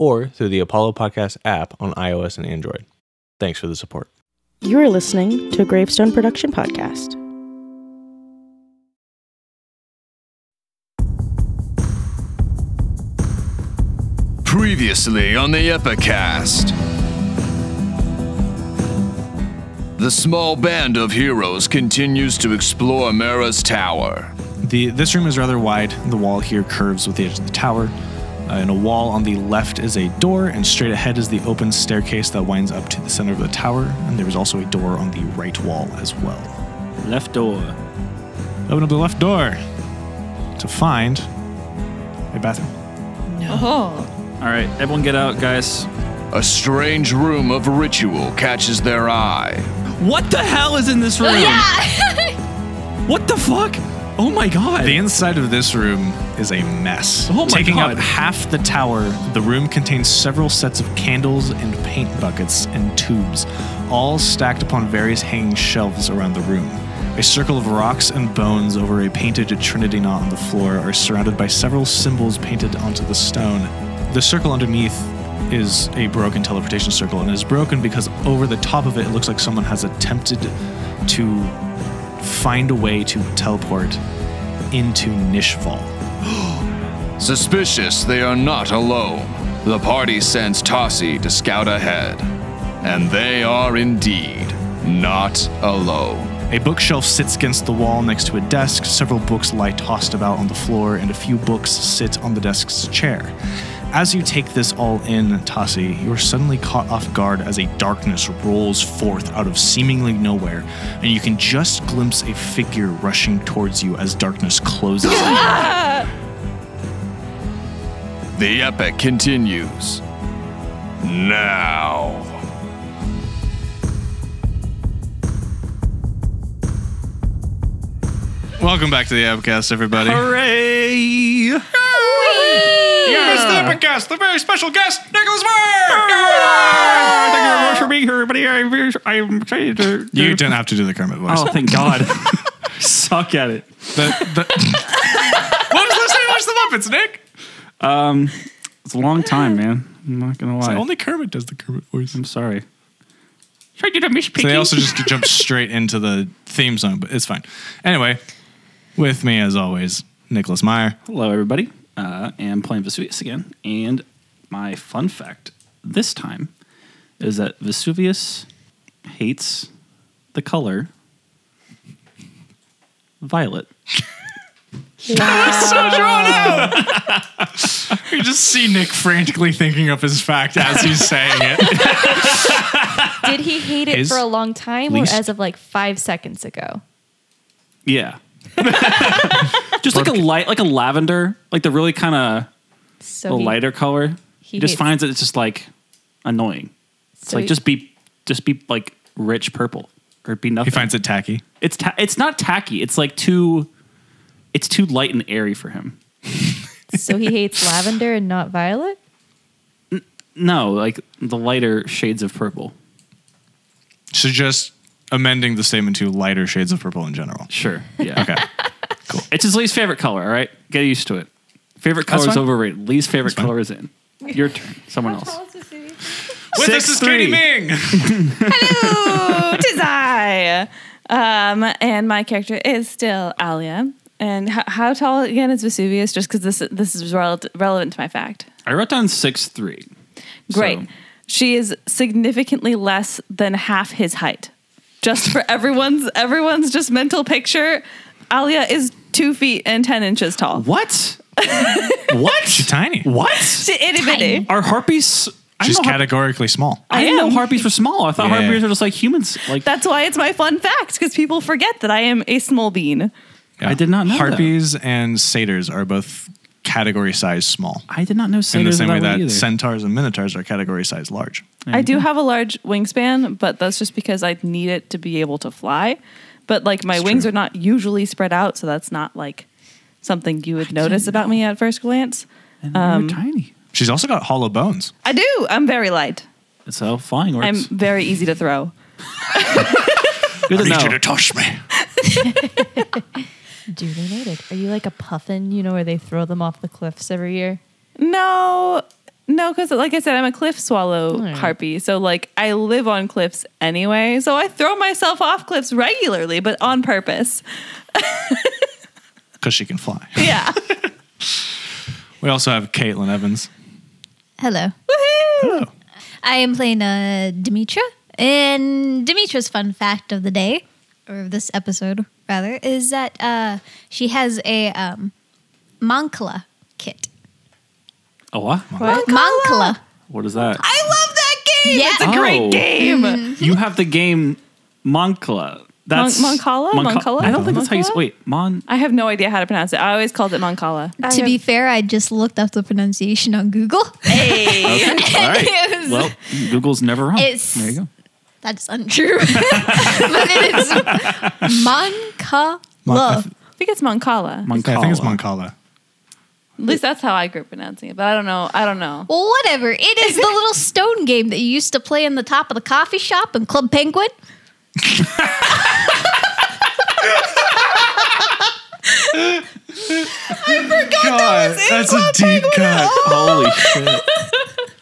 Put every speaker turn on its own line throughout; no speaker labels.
or through the Apollo Podcast app on iOS and Android. Thanks for the support.
You are listening to a Gravestone Production Podcast.
Previously on the Epicast. The small band of heroes continues to explore Mera's tower.
The, this room is rather wide. The wall here curves with the edge of the tower. Uh, in a wall on the left is a door, and straight ahead is the open staircase that winds up to the center of the tower. And there is also a door on the right wall as well.
Left door.
Open up the left door to find a bathroom.
All right, everyone get out, guys.
A strange room of ritual catches their eye.
What the hell is in this room? what the fuck? Oh my god.
The inside of this room is a mess.
Oh my
Taking
God.
up half the tower, the room contains several sets of candles and paint buckets and tubes, all stacked upon various hanging shelves around the room. A circle of rocks and bones over a painted trinity knot on the floor are surrounded by several symbols painted onto the stone. The circle underneath is a broken teleportation circle, and it is broken because over the top of it, it looks like someone has attempted to find a way to teleport into Nishval.
Suspicious they are not alone, the party sends Tossie to scout ahead. And they are indeed not alone.
A bookshelf sits against the wall next to a desk. Several books lie tossed about on the floor, and a few books sit on the desk's chair. As you take this all in, Tasi, you are suddenly caught off guard as a darkness rolls forth out of seemingly nowhere, and you can just glimpse a figure rushing towards you as darkness closes. in.
The epic continues. Now.
Welcome back to the Epicast, everybody.
Hooray!
Epicast, the very special guest, Nicholas Moore!
Thank you very much for being here, everybody. I'm, very- I'm excited to.
You don't have to do the Kermit voice.
Oh, thank God. Suck at it.
what was listening to watch the Muppets, Nick?
It's a long time, man. I'm not gonna lie.
Only Kermit does the Kermit voice.
I'm sorry. Should I do the Miss Piggy?
So they also just jump straight into the theme song, but it's fine. Anyway, with me as always, Nicholas Meyer.
Hello, everybody. Uh, I'm playing Vesuvius again, and my fun fact this time is that Vesuvius hates the color violet.
You just see Nick frantically thinking of his fact as he's saying it.
Did he hate it
His
for a long time
least-
or as of like five seconds ago?
Yeah, just like a light, like a lavender, like the really kind of
So
the
he-
lighter color.
he
He just
hates-
finds that it's just like annoying. It's
so
like
he-
just be, just be like rich purple or be nothing.
He finds it tacky.
It's ta- it's not tacky. It's like too, it's too light and airy for him.
so he hates lavender and not violet?
No, like the lighter shades of purple.
So just amending the statement to lighter shades of purple in general.
Sure. Yeah.
Okay.
It's his least favorite color. All right. Get used to it. Favorite color is
fine.
overrated. Least favorite color is in. Your turn. Someone else.
With us is Katie
6'3".
Ming.
Hello, tis I. Um, and my character is still Alia. And h- how tall again is Vesuvius? Just because this this is rel- relevant to my fact.
I wrote down six three.
Great. She is significantly less than half his height. Just for everyone's everyone's just mental picture, Alia is two feet and ten inches tall.
What? what?
Tiny.
What?
She itty bitty.
Are harpies? I
She's
didn't know har-
categorically small.
I didn't know
am.
harpies were small. I thought
Yeah.
harpies were just like humans. Like
That's why it's my fun fact because people forget that I am a small bean.
I did not know that.
Harpies and satyrs are both category size small.
I did not know
In the
satyrs
same
were
way
that
that
way either.
centaurs and minotaurs are category size large.
I
Mm-hmm.
do have a large wingspan, but that's just because I need it to be able to fly. But like my
It's
wings
true.
are not usually spread out, so that's not like something you would notice about me at first glance.
and they were
Um,
tiny.
She's also got hollow bones.
I do. I'm very light.
That's how flying works.
I'm very easy to throw.
Good to know.
touch me.
Duly noted. Are you like a puffin, you know, where they throw them off the cliffs every year?
No, no, because like I said, I'm a cliff swallow
Alright.
harpy. So like I live on cliffs anyway. So I throw myself off cliffs regularly, but on purpose.
Because she can fly.
Yeah.
We also have Caitlin Evans.
Hello.
Hello.
I am playing uh, Demetra. And Demetra's fun fact of the day, or of this episode rather, is that uh, she has a um, Moncla kit.
Oh, what?
Moncla.
What is that?
I love that game.
Yeah.
It's a
Oh.
great game.
you have the game Moncala. That's
Mon- Moncala?
Monca-
Moncala?
I don't think that's how you s-
Moncala?
wait. Mon.
I have no idea how to pronounce it. I always called it Moncala.
to be fair, I just looked up the pronunciation on Google.
Hey.
Okay. All right.
Yes.
Well, Google's never wrong.
It's-
there you go.
That's untrue. but it is Moncala.
Mon- I th-
I think it's Moncala.
Moncala.
I think it's Moncala.
At least that's how I grew up pronouncing it. But I don't know. I don't know.
well, whatever. It is the little stone game that you used to play in the top of the coffee shop in Club Penguin.
God, that's a deep cut.
Holy shit.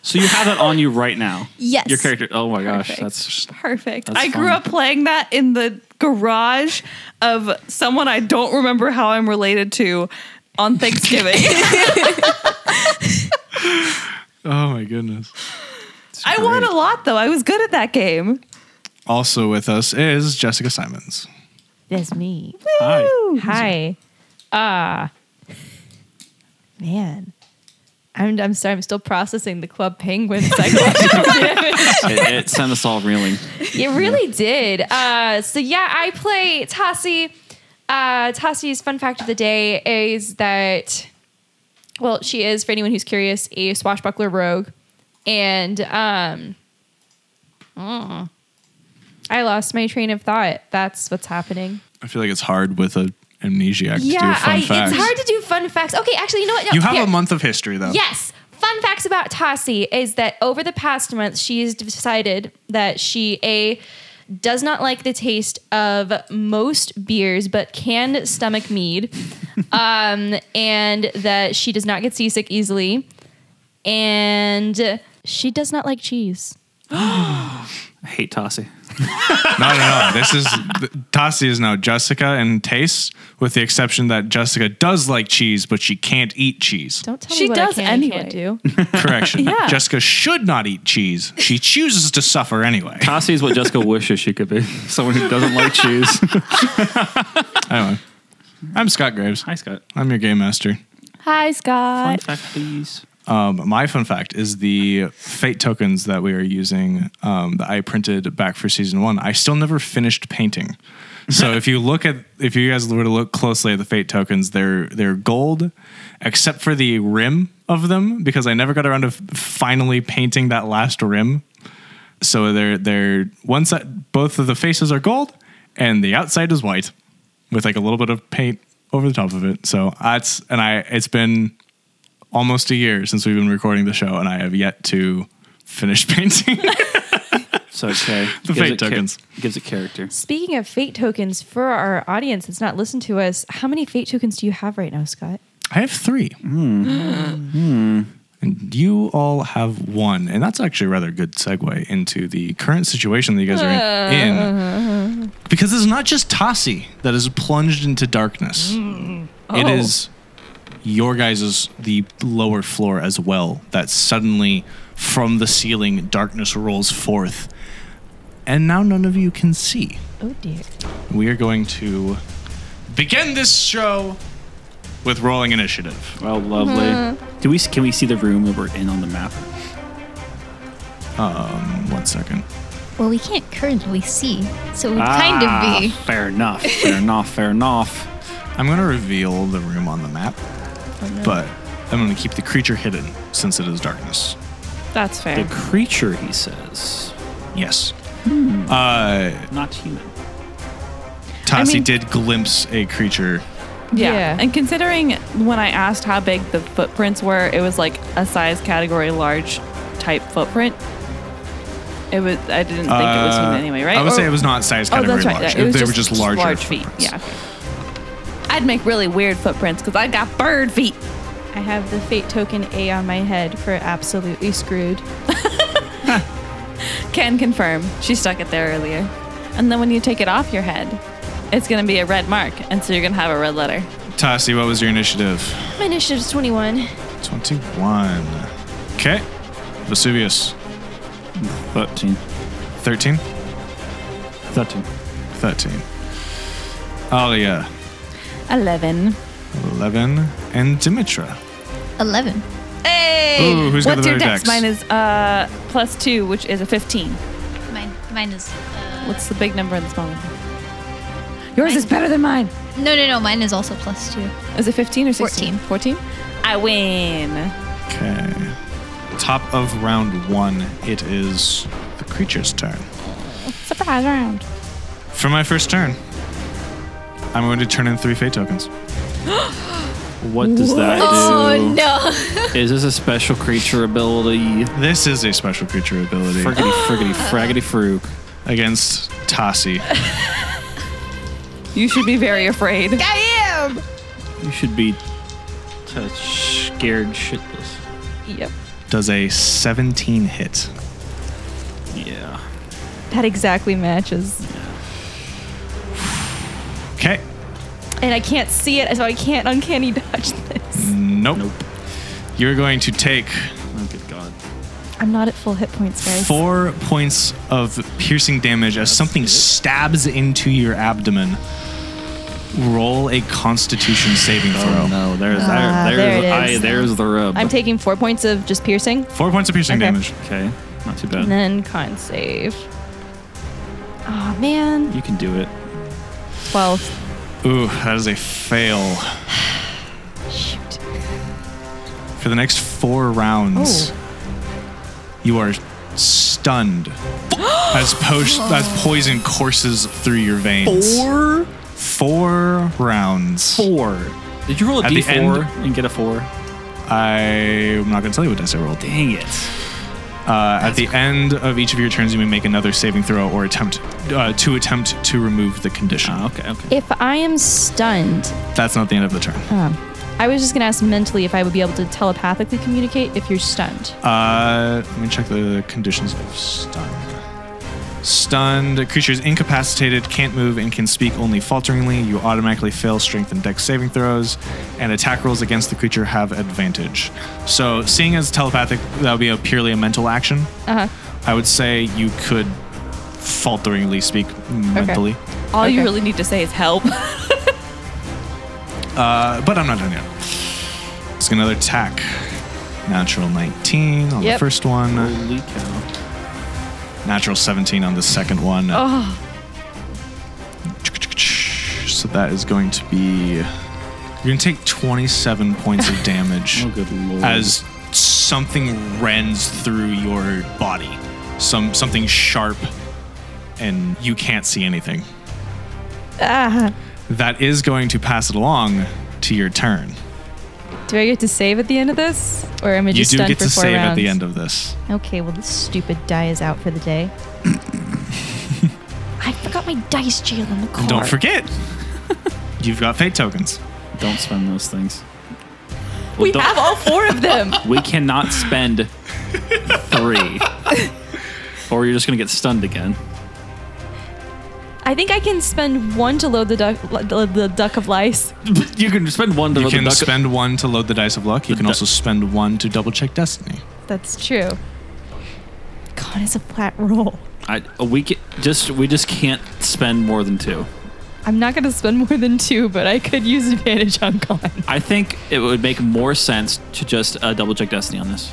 So you have that on you right now.
Yes.
Your character. Oh my gosh,
Perfect.
that's
Perfect.
That's
I grew
fun.
up playing that in the garage of someone I don't remember how I'm related to on Thanksgiving.
Oh my goodness.
I won a lot though. I was good at that game.
Also with us is Jessica Simons.
That's me.
hi.
Hi. Ah. man. I'm, I'm sorry. I'm still processing the Club Penguin psychological damage.
It, it sent us all reeling.
It really did. Uh, so yeah, I play Tassie. Uh, Tassie's fun fact of the day is that, well, she is for anyone who's curious a swashbuckler rogue, and um, mm, I lost my train of thought. That's what's happening.
I feel like it's hard with a amnesiac to do
yeah,
fun
I, it's
facts.
hard to do fun facts. Okay, actually, you know what? No,
you have
here.
a month of history though.
Yes. Fun facts about Tassie is that over the past month, she has decided that she a does not like the taste of most beers, but can stomach mead, um, and that she does not get seasick easily, and she does not like cheese.
I hate Tossie.
No, no, no. This is Tassie is now Jessica in taste, with the exception that Jessica does like cheese, but she can't eat cheese.
Don't tell
She
me what
does
I can and can't
anyway.
do.
Correction.
Yeah.
Jessica should not eat cheese. She chooses to suffer anyway.
Tossie is what Jessica wishes she could be. Someone who doesn't like cheese.
Anyway, I'm Scott Graves.
Hi, Scott.
I'm your game master.
Hi,
Fun
Scott.
fact, please.
Um, my fun fact is the fate tokens that we are using um, that I printed back for season one. I still never finished painting. So if you look at if you guys were to look closely at the fate tokens, they're they're gold, except for the rim of them because I never got around to f- finally painting that last rim. So they're they're one side both of the faces are gold and the outside is white with like a little bit of paint over the top of it. So that's and I it's been almost a year since we've been recording the show, and I have yet to finish painting.
So okay.
The
Gives
fate
it char-
tokens.
gives it character.
Speaking of fate tokens for our audience that's not listened to us, how many fate tokens do you have right now, Scott?
I have three. And you all have one, and that's actually a rather good segue into the current situation that you guys are in, in. because it's not just Tassi that is plunged into darkness.
Mm. Oh.
It is your guys' the lower floor as well that suddenly from the ceiling darkness rolls forth, and now none of you can see.
Oh dear.
we are going to begin this show with rolling initiative.
Well, lovely. Do we? s- Can we see the room that we're in on the map?
One second.
Well, we can't currently see, so it would kind of be.
Ah, Fair enough. Fair enough. Fair enough.
I'm going to reveal the room on the map, but I'm going to keep the creature hidden since it is darkness.
That's fair.
The creature, he says,
Yes.
not human.
Tassi
mean-
did glimpse a creature.
Yeah.
Yeah.
And considering when I asked how big the footprints were, it was like a size category large type footprint. It was. I didn't think it was human
Uh,
anyway, right?
I would
Or-
say it was not size
Oh,
category
that's right.
large.
yeah, it was
they were just larger.
large feet.
footprints.
Yeah. I'd make really weird footprints because I got bird feet.
I have the fate token A on my head for absolutely screwed.
Can confirm. She stuck it there earlier. And then when you take it off your head, it's going to be a red mark. And so you're going to have a red letter.
Tassi, what was your initiative?
My initiative's 21.
21. Okay. Vesuvius.
13.
13?
13.
13. Alia.
11.
11. And Dimitra.
11.
Hey!
Ooh, who's got
What's
the
your
better
dex?
dex?
Mine is uh, plus two, which is a 15.
Mine, mine is. Uh,
What's the big number and the small number? Yours is better than mine.
no, no, no. Mine is also plus two.
Is it 15 or 16? 14. I win.
Okay. Top of round one, it is the creature's turn.
Surprise round.
For my first turn, I'm going to turn in three fate tokens.
What does that do?
Oh, no.
Is this a special creature ability?
This is a special creature ability
Friggity, friggity, fraggity, frug.
against Tassi.
You should be very afraid.
You should be t- scared shitless.
Yep.
Does a 17 hit.
Yeah. oh,
That exactly matches.
Okay.
And I can't see it, so I can't uncanny dodge this.
Nope.
Nope.
You're going to take
Oh, good God.
I'm not at full hit points, guys.
four points of piercing damage as something stabs into your abdomen. Roll a constitution saving throw.
Oh, No, there's
Ah,
there,
there
there's
it is.
I, there's the rub.
I'm taking four points of just piercing,
Four points of piercing
Okay.
damage.
okay, not too bad.
and then con save. Oh man,
You can do it.
twelve.
Ooh, that is a fail. For the next four
Oh.
rounds, you are stunned as, po- as poison courses through your veins.
Four,
Four rounds.
four. Did you roll a
At the
four
end-
and get a four?
I'm not going to tell you what dice I rolled.
Dang it!
Uh, at the end of each of your turns, you may make another saving throw or attempt uh, to attempt to remove the condition.
Oh, okay, okay.
If I am stunned,
That's not the end of the turn.
I was just gonna ask mentally if I would be able to telepathically communicate if you're stunned.
Uh, let me check the conditions of stun. Stunned, a creature is incapacitated, can't move, and can speak only falteringly. You automatically fail strength and dex saving throws, and attack rolls against the creature have advantage. So, seeing as telepathic, that would be a purely a mental action. Uh-huh. I would say you could falteringly speak mentally,
All you really need to say is help.
uh, but I'm not done yet. It's another attack. Natural 19 on the
Yep.
first one.
Holy cow!
Natural 17 on the second one. So that is going to be. You're going to take 27 points of damage
Oh, good lord!
as something rends through your body. Some Something sharp, and you can't see anything. That is going to pass it along to your turn.
Do I get to save at the end of this, or am I
You
just
do
stunned
get
for
to
four
save
rounds?
at the end of this.
Okay, well this stupid die is out for the day. I forgot my dice, Jalen. The car.
And Don't forget, you've got fate tokens.
don't spend those things.
We
don't-
have all four of them.
We cannot spend three, or you're just gonna get stunned again.
I think I can spend one to load the duck, the, the duck of lice.
You can spend one. To
You
load
can
the duck-
spend one to load the dice of luck. You
The
can
du-
also spend one to double check destiny.
That's true. God, it's a flat roll.
I, we ca- just we just can't spend more than two.
I'm not going to spend more than two, but I could use advantage on con.
I think it would make more sense to just uh, double check Destiny on this.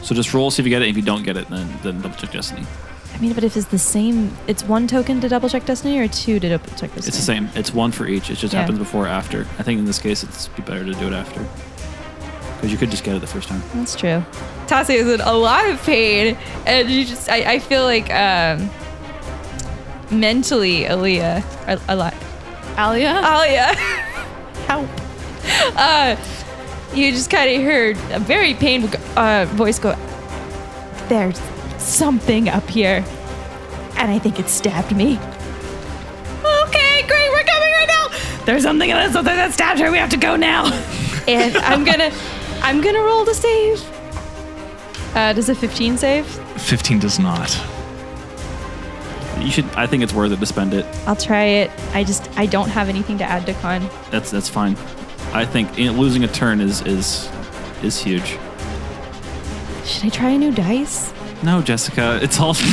So just roll, see if you get it. If you don't get it, then then double check Destiny.
I mean, but if it's the same, it's one token to double check destiny or two to double check destiny.
It's the same. It's one for each. It just
Yeah.
happens before or after. I think in this case, it's be better to do it after. 'Cause Because you could just get it the first time.
That's true. Tassie is in a lot of pain, and you just, I, I feel like um, mentally, Aaliyah, or, a lot.
Alia?
Alia, help. Uh, you just kind of heard a very painful uh, voice go, There's something up here, and I think it stabbed me. Okay, great, we're coming right now.
There's something in this something that stabbed her. We have to go now.
And I'm gonna, I'm gonna roll to save. Uh, does a 15 save?
15 does not.
You should. I think it's worth it to spend it.
I'll try it. I just I don't have anything to add to con.
That's that's fine. I think you know, losing a turn is is is huge.
Should I try a new dice?
No, Jessica, it's all.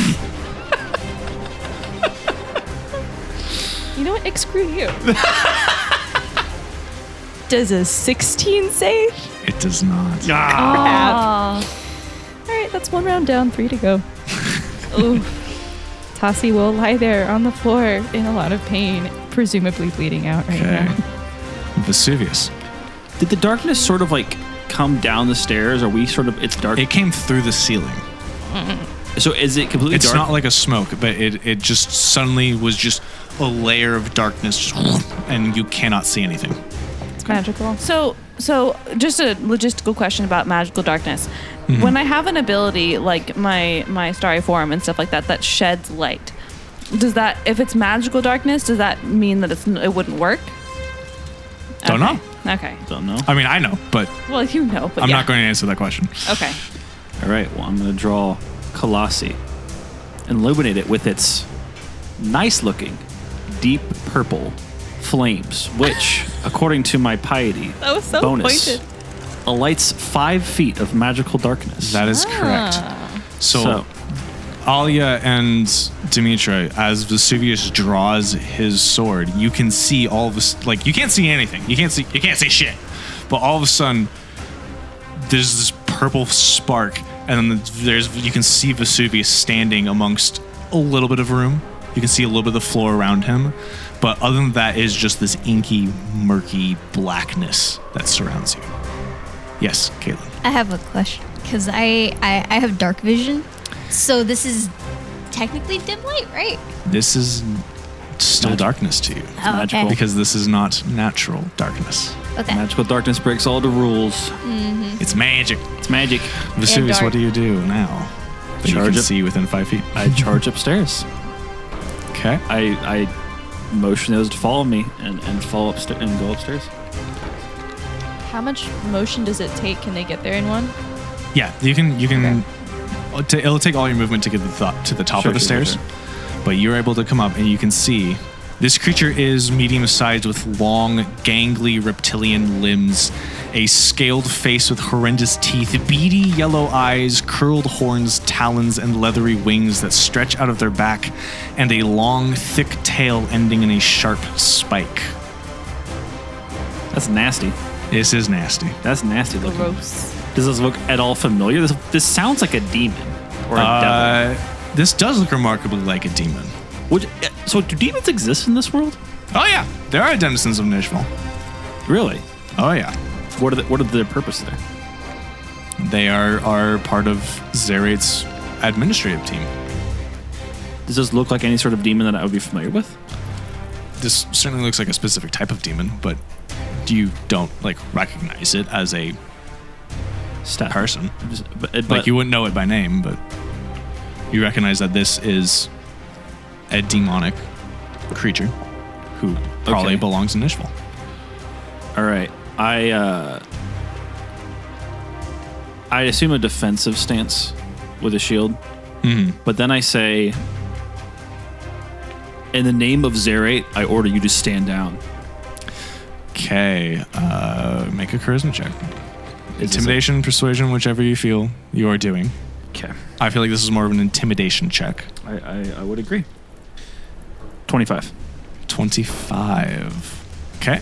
You know what? Ick, Screw you. Does a 16 save?
It does not.
All right, that's one round down, three to go. Ooh. Tassie will lie there on the floor in a lot of pain, presumably bleeding out right
Okay.
now.
Vesuvius.
Did the darkness sort of like come down the stairs? Are we sort of? It's dark.
It came through the ceiling.
so is it completely
It's
dark?
not like a smoke, but it, it just suddenly was just a layer of darkness, and you cannot see anything.
It's magical.
So, so just a logistical question about magical darkness.
Mm-hmm.
When I have an ability like my my starry form and stuff like that that sheds light, does that if it's magical darkness, does that mean that it's n- it wouldn't work?
Don't
Okay.
know.
Okay.
Don't know.
I mean, I know, but
Well, you know, but
I'm
yeah.
not going to answer that question.
Okay.
All right. Well, I'm going to draw Colossi and illuminate it with its nice-looking, deep purple flames, which, according to my piety
That was so
bonus,
pointed.
alights five feet of magical darkness.
That is
Ah.
correct. So, Alia and Demetra, as Vesuvius draws his sword, you can see all of this. Like you can't see anything. You can't see. You can't see shit. But all of a sudden, there's this purple spark, and then there's you can see Vesuvius standing amongst a little bit of room. You can see a little bit of the floor around him, but other than that is just this inky, murky blackness that surrounds you. Yes, Caitlin.
I have a question because I, I I have dark vision, so this is technically dim light, right?
This is still darkness to you.
Oh,
magical.
Okay.
because this is not natural darkness.
okay.
Magical darkness breaks all the rules.
It's magic.
It's magic.
Vesuvius, what do you do now? That you
Charge
can
it.
see within five feet.
I charge upstairs.
Okay.
I I motion those to follow me and, and follow upstairs and go upstairs.
How much motion does it take? Can they get there in one?
Yeah, you can. You can. uh, ta- It'll take all your movement to get the th- to the top
Sure,
of the
sure, sure,
stairs, but you're able to come up and you can see. This creature is medium sized with long, gangly reptilian limbs, a scaled face with horrendous teeth, beady yellow eyes, curled horns, talons, and leathery wings that stretch out of their back, and a long, thick tail ending in a sharp spike.
That's nasty.
This is nasty.
That's nasty looking. Does this look at all familiar? This this sounds like a demon or a devil.
Uh, this does look remarkably like a demon.
Would, eh, so do demons exist in this world?
Oh, yeah, there are denizens of Nishmal.
Really?
Oh, yeah.
What are the, what are their purpose there?
They are are part of Zerate's administrative team.
Does this look like any sort of demon that I would be familiar with?
This certainly looks like a specific type of demon, but you don't like recognize it as a
Steph.
person.
Just- But, but
like you wouldn't know it by name, but you recognize that this is a demonic creature who probably
Okay.
belongs in Ishval.
All right. I uh I assume a defensive stance with a shield.
Mm-hmm.
But then I say in the name of Zerate, I order you to stand down.
Okay, uh, make a charisma check.
Is this a-
Intimidation, persuasion, whichever you feel you are doing.
Okay.
I feel like this is more of an intimidation check.
I, I, I would agree. 25.
25. Okay.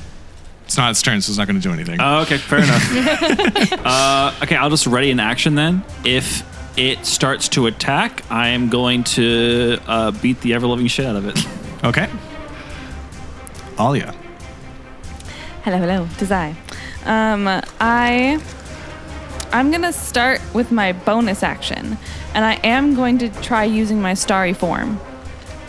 It's not its turn, so it's not going to do anything.
Uh.
Oh, okay, fair enough. uh, okay, I'll just ready an action then. If it starts to attack, I am going to uh, beat the ever loving shit out of it.
okay. Alia.
Hello, hello. Tis I. Um, I I'm going to start with my bonus action, and I am going to try using my starry form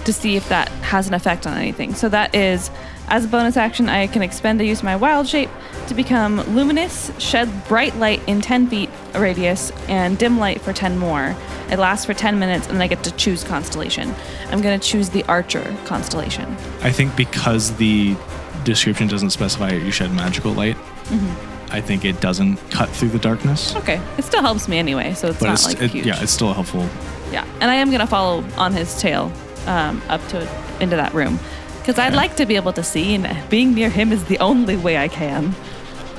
to see if that has an effect on anything. So that is, as a bonus action, I can expend the use of my wild shape to become luminous, shed bright light in 10 feet radius, and dim light for 10 more. It lasts for 10 minutes, and I get to choose constellation. I'm going to choose the archer constellation.
I think because the description doesn't specify you shed magical light,
Mm-hmm.
I think it doesn't cut through the darkness.
Okay, it still helps me anyway, so it's
But
not
it's
like
it-
huge.
yeah, it's still helpful.
Yeah, and I am gonna follow on his tail um, up to into that room because I'd like to be able to see, and being near him is the only way I can.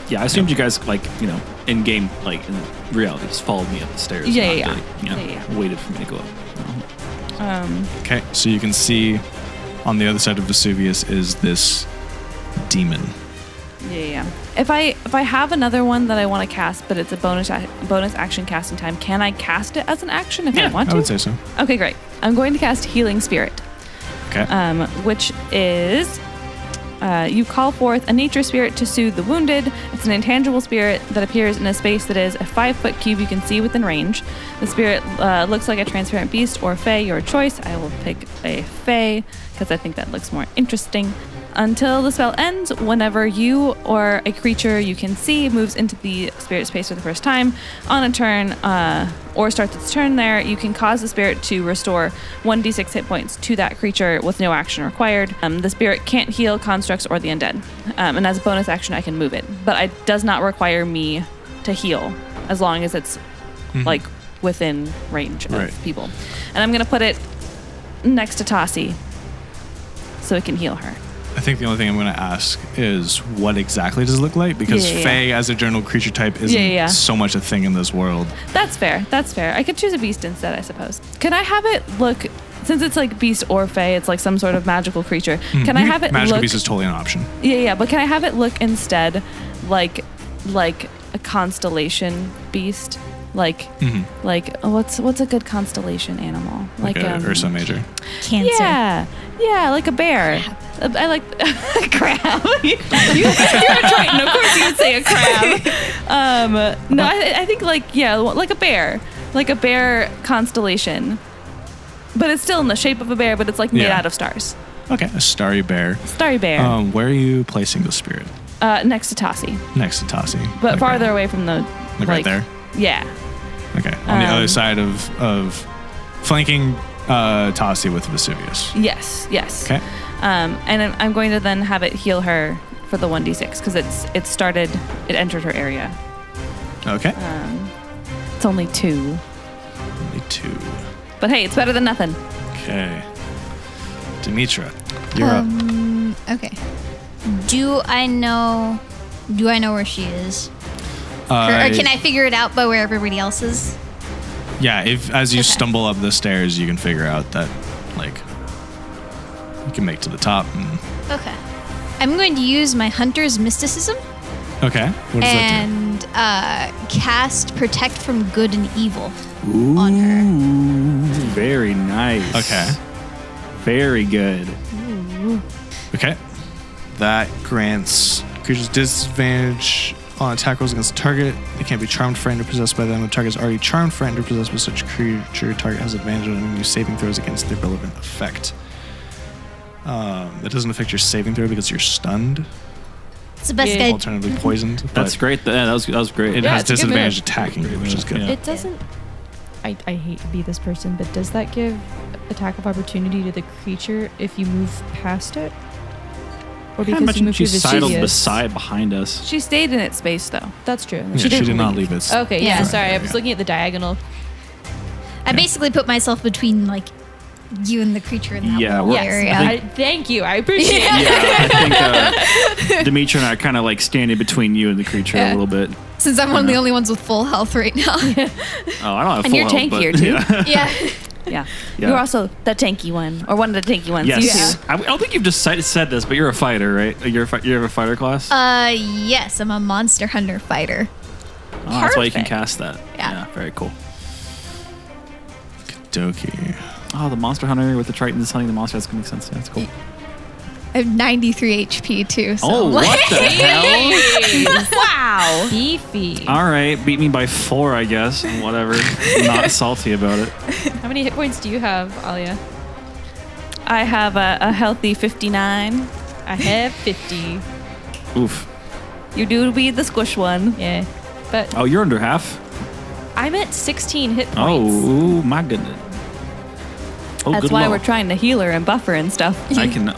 Yeah, I assumed you guys like you know in game like in reality just followed me up the stairs.
Yeah,
not
yeah, yeah.
really, you know,
Yeah, yeah.
Waited for me to go up.
Okay, so you can see on the other side of Vesuvius is this demon.
Yeah, yeah. If I if I have another one that I want to cast, but it's a bonus ac- bonus action casting time, can I cast it as an action if I want to?
I would say so.
Okay, great. I'm going to cast Healing Spirit.
Okay.
um, which is uh, you call forth a nature spirit to soothe the wounded. It's an intangible spirit that appears in a space that is a five foot cube you can see within range. The spirit uh, looks like a transparent beast or fey, your choice. I will pick a fey because I think that looks more interesting. Until the spell ends, whenever you or a creature you can see moves into the spirit space for the first time on a turn uh, or starts its turn there, you can cause the spirit to restore 1d6 hit points to that creature with no action required. Um, the spirit can't heal constructs or the undead. Um, and as a bonus action, I can move it. But it does not require me to heal as long as it's like within range of
Right.
people. And I'm going to put it next to Tasi so it can heal her.
I think the only thing I'm going to ask is what exactly does it look like? Because
Yeah, yeah, yeah.
Fey as a general creature type isn't
Yeah, yeah.
so much a thing in this world.
That's fair. That's fair. I could choose a beast instead, I suppose. Can I have it look since it's like beast or fey, it's like some sort of magical creature. Can I have it
Mm-hmm. Magical
look
Beast is totally an option.
Yeah, yeah, but can I have it look instead like like a constellation beast? Like
Mm-hmm.
like what's what's a good constellation animal? Like,
uh,
um,
Ursa Major.
Cancer.
Yeah. Yeah, like a bear. Uh, I like crab. you, you're a Triton, of course you would say a crab. Um, no, I, I think like yeah, like a bear, like a bear constellation, but it's still in the shape of a bear, but it's like made
Yeah.
out of stars.
Okay, a starry bear.
Starry bear,
Um, where are you placing the spirit?
uh, next to Tasi,
Next to Tasi.
but
Like
farther
right-
away from the
Like right there.
Yeah,
Okay, on the
Um,
other side of of flanking uh, Tasi with Vesuvius.
yes, yes.
Okay,
Um, and I'm- I'm going to then have it heal her for the one d six because it's it started, it entered her area.
okay.
Uh, It's only two.
Only two.
But hey, it's better than nothing.
Okay, Demetra, you're
Um,
up.
Okay. Do I know? Do I know where she is? Or, or can I figure it out by where everybody else is?
Yeah, if as you
Okay.
stumble up the stairs, you can figure out that like you can make to the top. And,
Okay. I'm going to use my hunter's mysticism
okay, what does that do?
and uh, cast protect from good and evil on her.
Very nice.
Okay.
Very good.
Okay. That grants creatures disadvantage on attack rolls against the target. They can't be charmed, frightened, or possessed by them. The target is already charmed, frightened, or possessed by such creature. Target has advantage on any saving throws against the relevant effect. Um, that doesn't affect your saving throw because you're stunned,
It's the best guy.
alternatively poisoned.
That's
but
great. Yeah, that was that was great.
It
Yeah,
has
it's a good
disadvantage
move.
attacking, which is good.
Yeah.
It doesn't. I, I hate to be this person, but does that give attack of opportunity to the creature if you move past it? Or
I
because you
imagine
move
she
through
sidled
Vesuvius?
beside behind us.
She stayed in its space though.
That's true.
Yeah, she, did not leave it.
Okay, yeah,
Yeah.
sorry. I was
Yeah.
looking at the diagonal.
I basically put myself between like you and the creature in that
Yeah,
little
we're-
Yes.
area.
I, thank you. I appreciate it.
yeah, I think uh, Demetra and I are kind of like standing between you and the creature a little bit.
Since I'm one of the only ones with full health right now.
Oh, I don't have
And
full
you're
health,
tankier,
but-
too.
Yeah.
yeah.
Yeah.
Yeah.
You're also the tanky one, or one of the tanky ones. You
Yes, I, I don't think you've just said, said this, but you're a fighter, right? Uh, You're a fi- you have a fighter class.
Uh, yes, I'm a monster hunter fighter.
oh, that's why you can
perfect.
cast that.
Yeah.
very cool.
Doki.
Oh, the monster hunter with the tritons hunting the monster. That's gonna make sense. Yeah, that's cool.
I have 93 HP too. So.
Oh, what the hell?
Wow. Beefy.
All right, beat me by four, I guess. Whatever. Not salty about it.
How many hit points do you have, Alia?
I have a, a healthy 59.
I have 50.
Oof.
You do be the squish one.
Yeah. But
Oh, you're under half.
I'm at 16 hit
Oh,
points.
ooh, my goodness. Oh,
That's
good
why
lord.
we're trying to heal her and buffer and stuff.
I can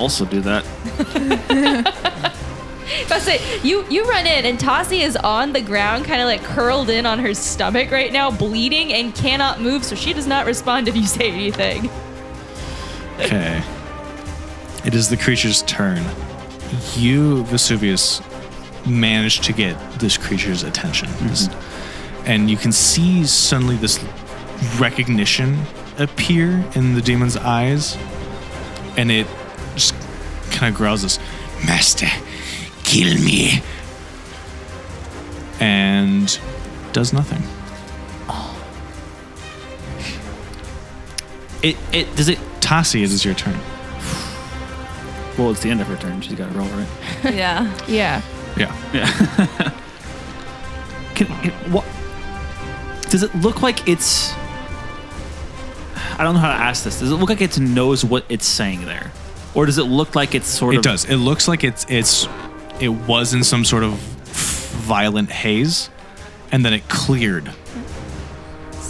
also do that.
That's it. You you run in and Tasi is on the ground, kind of like curled in on her stomach right now, bleeding and cannot move, so she does not respond if you say anything.
Okay. It is the creature's turn. You, Vesuvius, manage to get this creature's attention. Just- And you can see suddenly this recognition appear in the demon's eyes. And it just kind of growls this Master, kill me. And does nothing.
It, it, does it?
Tasi, it is your turn.
Well, it's the end of her turn. She's got to roll, right?
yeah.
Yeah.
Yeah.
Can, can- what? Does it look like it's? I don't know how to ask this. Does it look like it knows what it's saying there, or does it look like it's sort
It
of?
does. It looks like it's it's it was in some sort of violent haze, and then it cleared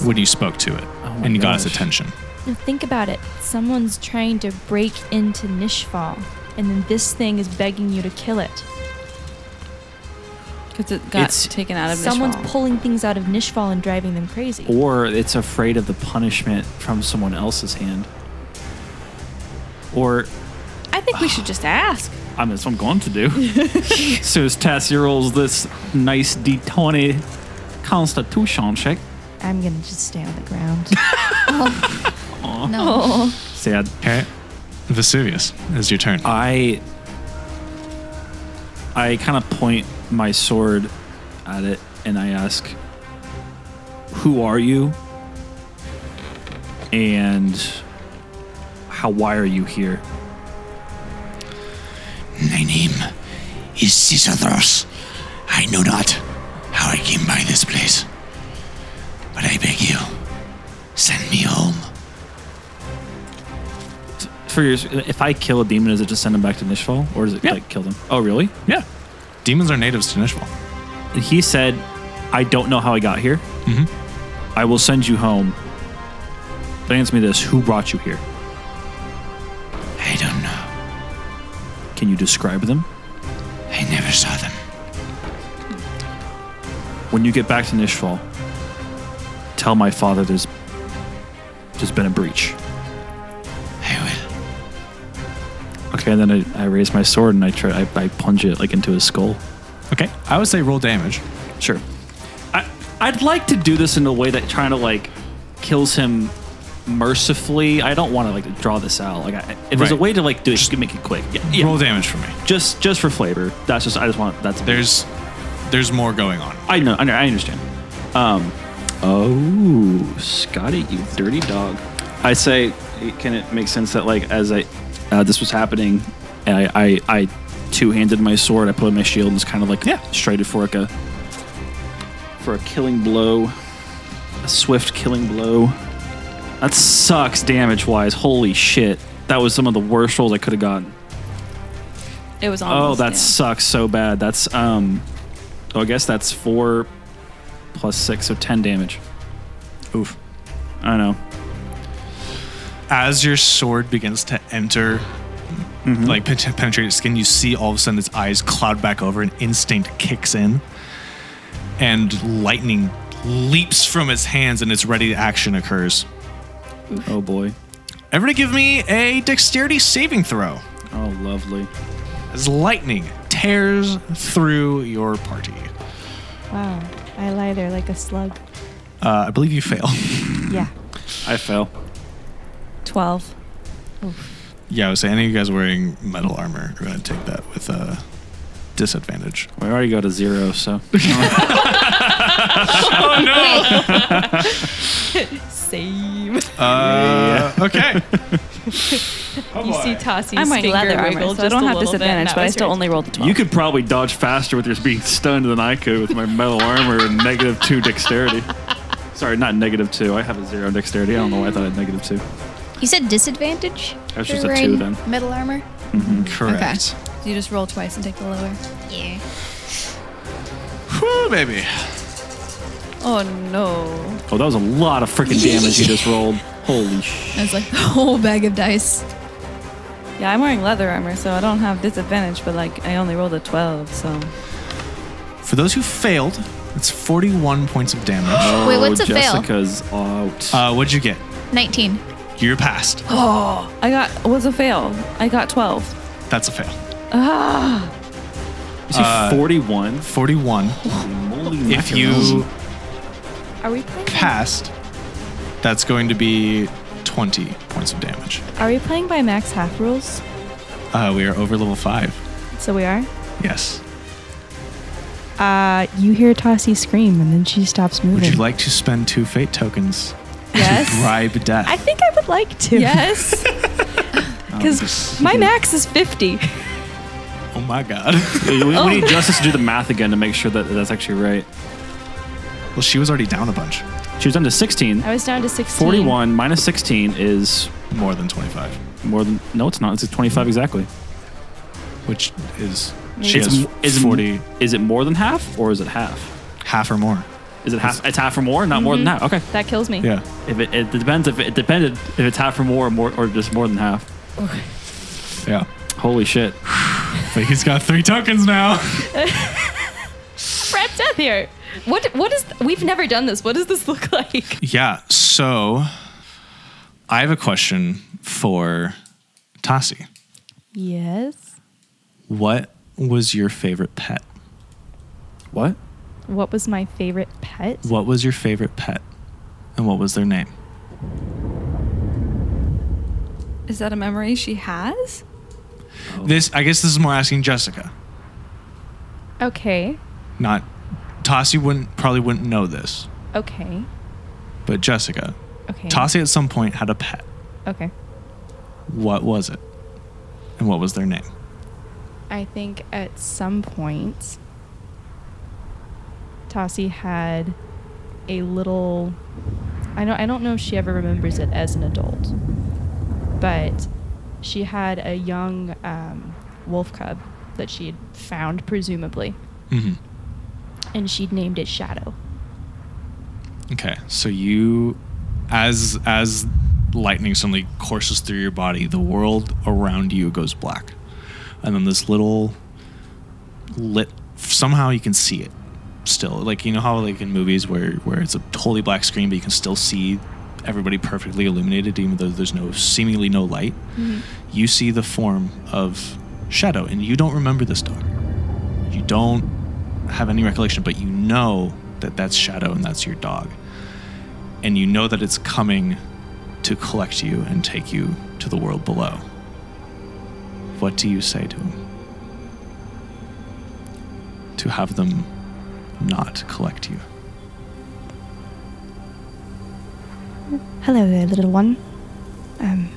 when you spoke to it,
Oh my
and you got its
gosh.
attention.
Now think about it. Someone's trying to break into Nishfall, and then this thing is begging you to kill it.
Because it got
It's-
taken out of
Someone's
Nishwal.
pulling things out of Nishfall and driving them crazy.
Or it's afraid of the punishment from someone else's hand. Or
I think we should just ask.
I mean, that's what I'm going to do. so as Tassie rolls this nice D20 Constitution check.
I'm gonna just stay on the ground.
no.
Sad.
Okay, Vesuvius is your turn.
Uh,
I I kind of point my sword at it and I ask, "Who are you?" And how why are you here?
My name is Cisothros. I know not how I came by this place, but I beg you, send me home.
For your, if I kill a demon, does it just send him back to Nishfall, or does it
Yeah.
like kill them? Oh, really?
yeah, demons are natives to Nishval.
He said, "I don't know how I got here.
Mm-hmm.
I will send you home." But answer me this: Who brought you here?
I don't know.
Can you describe them?
I never saw them.
When you get back to Nishfall, tell my father there's there's been a breach.
I will.
Okay, and then I, I raise my sword and I try I, I plunge it like into his skull.
Okay, I would say roll damage.
Sure. I I'd like to do this in a way that trying to like kills him mercifully. I don't want to like draw this out. Like I, if there's a
Right.
way to like do it, just make it quick. Yeah, yeah.
Roll damage for me.
just just for flavor. That's just I just want that's
There's there's more going on.
I know I know I understand. Um, oh, Scotty, you dirty dog! I say, can it make sense that like as I uh, this was happening, and I I, I two handed my sword, I put on my shield, and just kind of like
Yeah.
straighted for like a for a killing blow, a swift killing blow. That sucks damage wise. Holy shit. That was some of the worst rolls I could have gotten.
It was on.
Oh, that sucks so bad. That's um, oh, I guess that's four plus six, so ten damage. Oof. I know.
As your sword begins to enter. Like pen- penetrate its skin, you see all of a sudden its eyes cloud back over, and instinct kicks in, and lightning leaps from its hands, and its ready action occurs.
Oh boy.
Everybody give me a dexterity saving throw
Oh, lovely.
as lightning tears through your party.
Wow. I lie there like a slug.
Uh, I believe you fail.
Yeah.
I fell.
12.
yeah, I was saying, any of you guys wearing metal armor are going to take that with uh, disadvantage.
We already got a zero, so
Same.
Uh, okay.
You see Tossie's
I'm wearing
finger
leather armor,
wiggle
so I
just
don't
a
have
little bit, and
disadvantage,
that
but I
was
still
your-
only rolled a 12.
You could probably dodge faster with your being stunned than I could with my metal armor and negative two dexterity. Sorry, not negative two. I have a zero dexterity. I don't know why I thought I had negative two.
You said disadvantage?
That was
You're
just a
wearing
two then.
Metal armor.
Correct.
So you just roll twice and take the lower.
Yeah.
Whew, baby.
Oh no!
Oh, that was a lot of freaking damage you just rolled. Holy sh!
That's like the whole bag of dice.
Yeah, I'm wearing leather armor, so I don't have disadvantage, but like I only rolled a 12, so.
For those who failed, it's 41 points of damage.
Wait, what's
oh,
a fail?
Jessica's out.
uh, what'd you get?
19.
You're passed.
I got, was a fail. I got 12.
That's a fail.
you see, forty-one.
41.
Holy
If you
Are we playing?
passed, that's going to be 20 points of damage.
Are we playing by max half rules?
Uh, we are over level 5.
So we are?
Yes.
Uh, you hear Tossie scream, and then she stops moving.
Would you like to spend two fate tokens to
yes.
bribe death?
I think I would like to.
Yes.
Because my max is 50.
oh my god.
we, we
Oh.
need Justice to do the math again to make sure that that's actually right.
well, she was already down a bunch.
She was down to sixteen.
I was down to 16.
Forty-one minus sixteen is
More than 25.
more than. No, it's not. It's twenty-five exactly.
Which is. She
It's
has
m- is
40,
Is it more than half or is it half?
half or more.
Is it half? It's half or more, not more than
Mm-hmm.
half. Okay.
That kills me.
Yeah.
If it, it depends if it depended if it's half or more or more or just more than half.
Yeah.
Holy shit!
But he's got three tokens now.
Brad Death here. What? What is? We've never done this. What does this look like?
Yeah. So I have a question for Tasi.
Yes.
What was your favorite pet?
What?
What was my favorite pet?
What was your favorite pet? And what was their name?
Is that a memory she has?
This I guess this is more asking Jessica.
Okay.
Not Tasi wouldn't probably wouldn't know this,
Okay.
but Jessica.
Okay.
Tasi at some point had a pet.
Okay.
What was it? And what was their name?
I think at some point, Tossie had a little. I don't. I don't know if she ever remembers it as an adult, but she had a young um, wolf cub that she had found, presumably,
hmm
and she'd named it Shadow.
Okay, so you, as as lightning suddenly courses through your body, the world around you goes black, and then this little lit. Somehow you can see it still, like you know how like in movies where where it's a totally black screen, but you can still see everybody perfectly illuminated, even though there's no seemingly no light. You see the form of shadow, and you don't remember this dog. You don't have any recollection, but you know that that's Shadow and that's your dog. And you know that it's coming to collect you and take you to the world below. What do you say to him? To have them not collect you.
Hello there, little one. Um,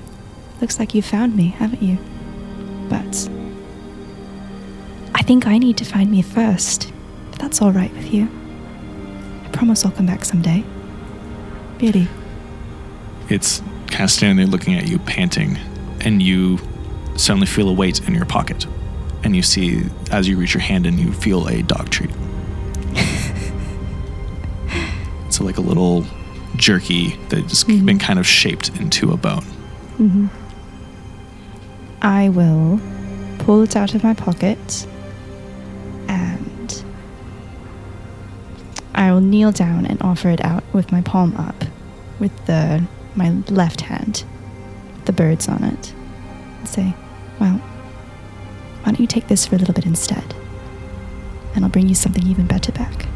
looks like you found me, haven't you? But I think I need to find me first. If that's all right with you, I promise I'll come back someday. Really?
It's kind of standing there looking at you, panting, and you suddenly feel a weight in your pocket. And you see, as you reach your hand in, you feel a dog treat. so, like a little jerky that's just been kind of shaped into a bone.
Mm-hmm. I will pull it out of my pocket and I will kneel down and offer it out with my palm up with the my left hand with the birds on it and say, "Well, why don't you take this for a little bit instead? And I'll bring you something even better back."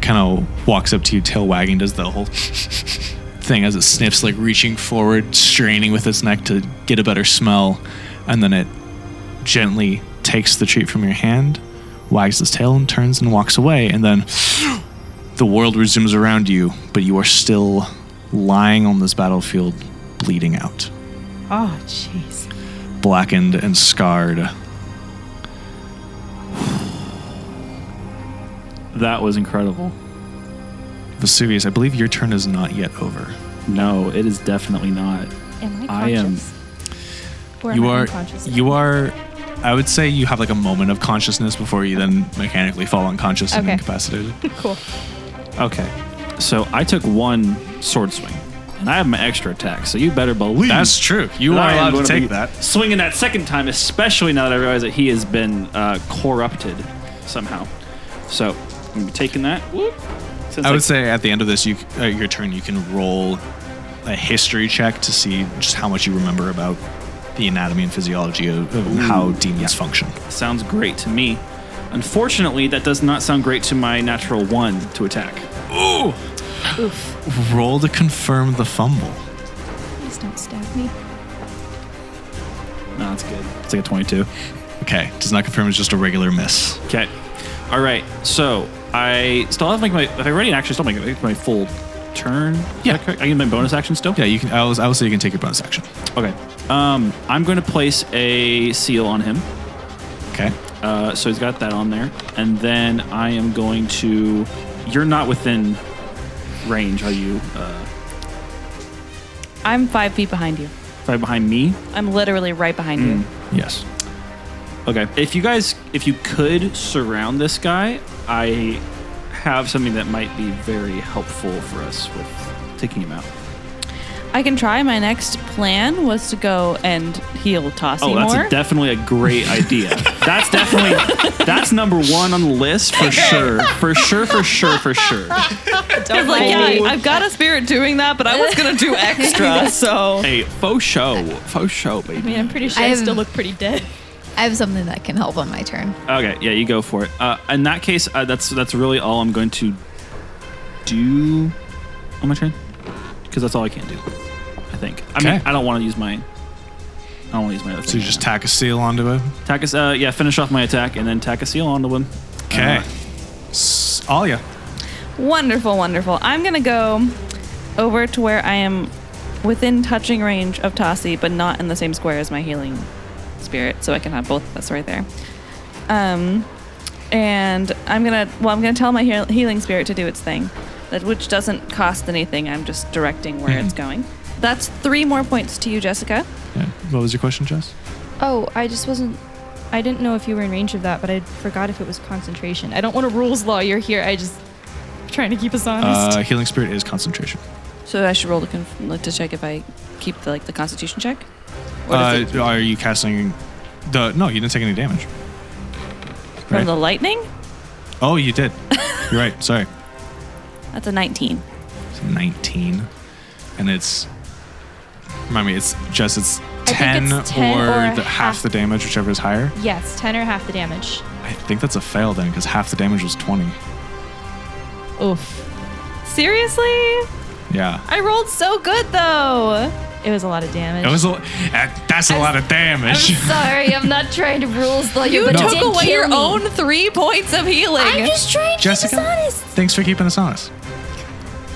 Kind of walks up to you, tail wagging, does the whole thing as it sniffs, like reaching forward, straining with its neck to get a better smell. And then it gently takes the treat from your hand, wags its tail, and turns and walks away. And then the world resumes around you, but you are still lying on this battlefield, bleeding out.
Oh, jeez.
blackened and scarred.
That was incredible.
Vesuvius, I believe your turn is not yet over.
No, it is definitely not.
Am
I am.
Or am
Uh, you
I
are.
unconscious?
You are. I would say you have like a moment of consciousness before you then mechanically fall unconscious and
Okay.
incapacitated.
cool.
Okay. So I took one sword swing, and I have my extra attack. So you better believe
That's true. You
that
are
I am
allowed to
gonna
take
be
that.
Swinging that second time, especially now that I realize that he has been uh, corrupted somehow. So I'm gonna be taking that. Whoop. Since
I would say at the end of this, you uh, your turn, you can roll a history check to see just how much you remember about the anatomy and physiology of, of how demons function.
sounds great to me. Unfortunately, that does not sound great to my natural one to attack.
Ooh. Roll to confirm the fumble.
Please don't stab me.
No, that's good. It's like a 22.
Okay, does not confirm. It's just a regular miss.
Okay. All right. So I still have like my. If I ready an action, I still make make my full turn. Is
Yeah.
that correct? I get my bonus action still.
Yeah, you can. I will, I will say you can take your bonus action.
Okay. Um, I'm going to place a seal on him.
Okay.
Uh, so he's got that on there, and then I am going to. You're not within range, are you? Uh,
I'm five feet behind you.
right behind me.
I'm literally right behind you.
Mm.
Yes.
Okay. If you guys, if you could surround this guy, I have something that might be very helpful for us with taking him out.
I can try. My next plan was to go and heal Tossie
Oh,
more.
that's a, definitely a great idea. that's definitely that's number one on the list for sure, for sure, for sure, for sure.
Because like, yeah, I've got a spirit doing that, but I was gonna do extra. So
Hey, faux show, faux show,
I
baby.
mean, I'm pretty sure I,
I have-
still look pretty dead.
I have something that can help on my turn.
Okay, yeah, you go for it. Uh, in that case, uh, that's that's really all I'm going to do on my turn because that's all I can do. I think. I mean,
Okay.
I don't want to use my. I don't want to use my other.
So you just tack a seal onto it.
attack us. Uh, yeah, finish off my attack and then tack a seal onto him.
Okay.
Uh,
S- Alia.
wonderful, wonderful. I'm gonna go over to where I am within touching range of Tossie, but not in the same square as my healing spirit, so I can have both of us right there. Um, and I'm gonna well, I'm gonna tell my heal- healing spirit to do its thing, that which doesn't cost anything. I'm just directing where it's going. That's three more points to you, Jessica.
What was your question, Jess?
Oh, I just wasn't. I didn't know if you were in range of that, but I forgot if it was concentration. I don't want a rules lawyer here. I just trying to keep us honest.
Uh, healing spirit is concentration.
So I should roll to conf- to check if I keep the, like the Constitution check. What
Uh,
is it?
are you casting the? No, you didn't take any damage.
From
right.
the lightning?
Oh, you did. You're right. Sorry.
That's a 19.
It's 19, and it's. Remind me, it's Jess. It's
think
10,
it's 10
or,
or
the, half
half.
the damage, whichever is higher.
yes, ten or half the damage.
I think that's a fail then, because half the damage was 20.
Oof.
Seriously?
Yeah.
I rolled so good though. It was a lot of damage.
It was a, uh, that's a lot of
I'm
damage.
sorry. I'm not trying to rules lawyer.
You
but it
took
did kill me.
three points of healing.
I'm just trying to keep us
Jessica,
honest.
thanks for keeping us honest.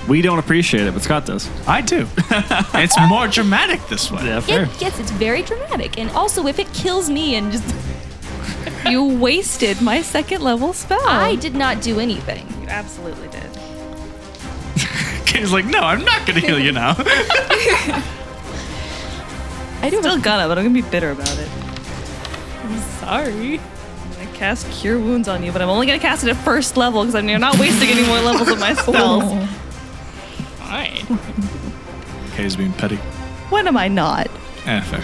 we don't appreciate it, but Scott does.
I do. it's more dramatic this way.
Yeah, fair.
It, yes, it's very dramatic. And also, if it kills me and just.
you wasted my second level spell.
Oh.
I did not do anything.
You absolutely did.
Kane's like, no, I'm not going to heal you now.
I still gonna, but I'm gonna be bitter about it. I'm sorry. I cast Cure Wounds on you, but I'm only gonna cast it at first level because I'm you're not wasting any more levels of my spells.
Kane's being petty.
when am I not?
Eh, fair.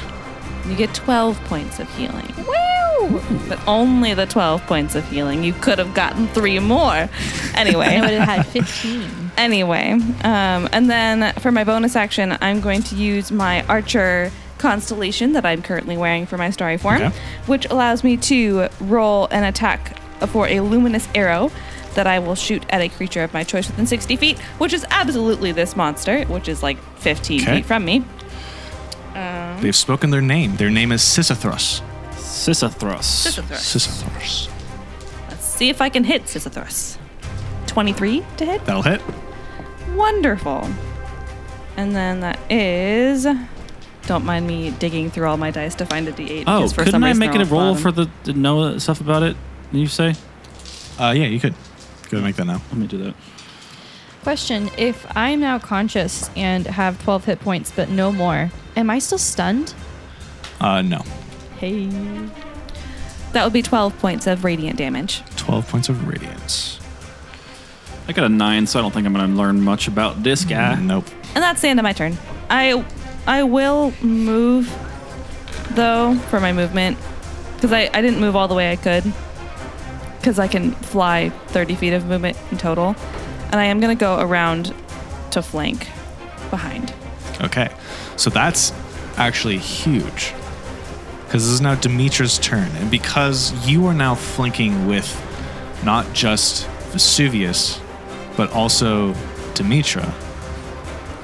You get 12 points of healing. Woo! But only the 12 points of healing. You could have gotten three more. Anyway.
I would have had 15.
Anyway, um, and then for my bonus action, I'm going to use my archer constellation that I'm currently wearing for my starry form,
Okay.
which allows me to roll an attack for a luminous arrow that I will shoot at a creature of my choice within 60 feet, which is absolutely this monster, which is like 15
Okay.
feet from me.
They've spoken their name. Their name is Sisythros.
Sisythros.
Sisithros.
Sisythros.
Let's see if I can hit Sisithros. 23 to hit.
That'll hit.
Wonderful. And then that is Don't mind me digging through all my dice to find a d8.
Oh,
because for
couldn't
some
I
reason
make it
they're
a
all
roll
bottom.
for the, the know stuff about it? Didn't you say?
Uh, yeah, you could. Go ahead and make that now.
Let me do that.
Question If I'm now conscious and have 12 hit points, but no more, am I still stunned?
Uh, no.
Hey.
That would be 12 points of radiant damage.
12 points of radiance.
I got a nine, so I don't think I'm going to learn much about ah. this guy.
Nope.
And that's the end of my turn. I I will move though for my movement because I, I didn't move all the way I could because I can fly 30 feet of movement in total. And I am going to go around to flank behind.
Okay. So that's actually huge. Because this is now Demetra's turn. And because you are now flanking with not just Vesuvius, but also Demetra,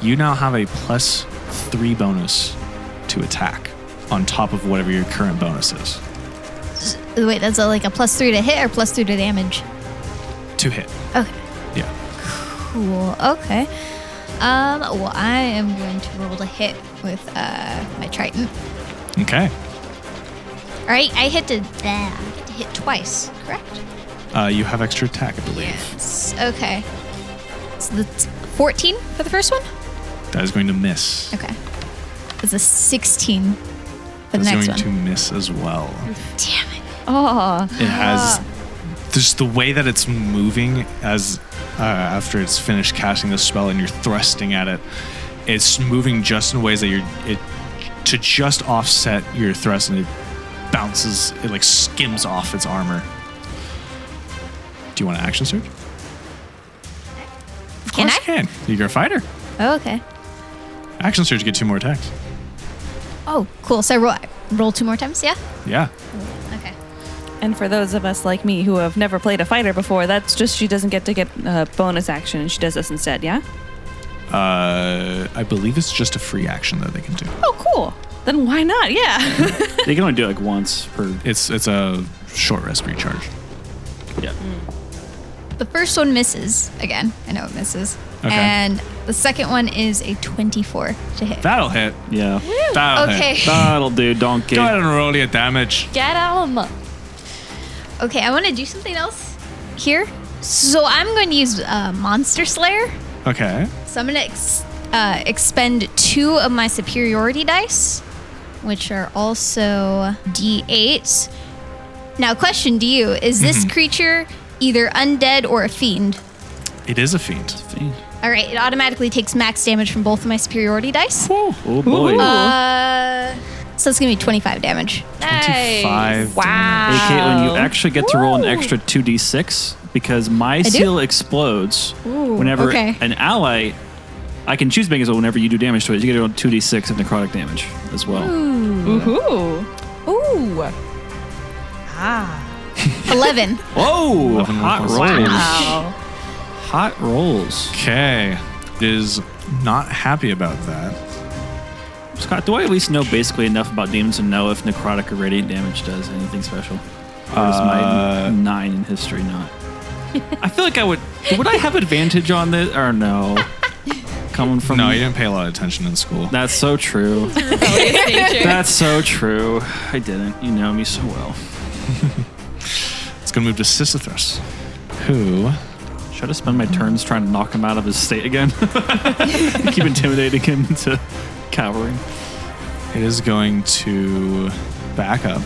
you now have a plus three bonus to attack on top of whatever your current bonus is
Wait, that's a, like a plus three to hit or plus three to damage.
to hit.
Okay.
Yeah.
Cool. Okay. Um. Well, I am going to roll to hit with uh my Triton.
Okay.
All right. I hit to. ah, I get to hit twice. Correct.
Uh, you have extra attack, I believe.
Yes. Okay. So that's 14 for the first one.
That is going to miss.
Okay. It's a 16 for the
That's
next
going
one.
to miss as well.
Damn it.
Oh.
It has just the way that it's moving as uh, after it's finished casting the spell and you're thrusting at it. It's moving just in ways that you're it to just offset your thrust and it bounces. It like skims off its armor. Do you want an action surge? Of
Can
course
I?
you can. You're a fighter.
Oh, okay.
Action surge, you get two more attacks.
Oh, cool. So I roll, I roll two more times. Yeah.
Yeah.
Okay.
And for those of us like me who have never played a fighter before, that's just she doesn't get to get a bonus action and she does this instead, yeah?
Uh, I believe it's just a free action that they can do.
Oh, cool. Then why not? Yeah.
They can only do it like once per.
It's it's a short rest recharge.
Yeah.
The first one misses again. I know it misses.
Okay.
And the second one is a 24 to hit.
That'll hit.
Yeah.
That'll hit.
okay.
That'll do, donkey.
Go ahead and roll your damage.
Get out of
Okay, I want to do something else here. So I'm going to use uh, Monster Slayer.
Okay.
So I'm going to ex- uh, expend two of my superiority dice, which are also d8s. Now, question to you is this creature either undead or a fiend?
It is a fiend.
All right, it automatically takes max damage from both of my superiority dice.
Oh boy.
Uh, so it's going to be 25 damage.
Twenty-five.
Hey,
Wow.
Caitlin, you actually get to roll an extra 2d6 because my seal explodes whenever
okay.
an ally. I can choose being as well whenever you do damage to it. You get to roll 2d6 of necrotic damage as well.
Ooh. Ooh.
11.
Whoa! Hot
plus
rolls. Hot rolls.
Okay. It is not happy about that.
Scott, do I at least know basically enough about demons to know if necrotic or radiant damage does anything special? Or is my
Uh,
nine in history not? I feel like I would. Would I have advantage on this? Or no? Coming from.
No, you didn't pay a lot of attention in school.
That's so true. That's so true. I didn't. You know me so well.
It's gonna move to Sisythrus, who
Should I spend my turns trying to knock him out of his state again? Keep intimidating him into cowering.
it is going to back up.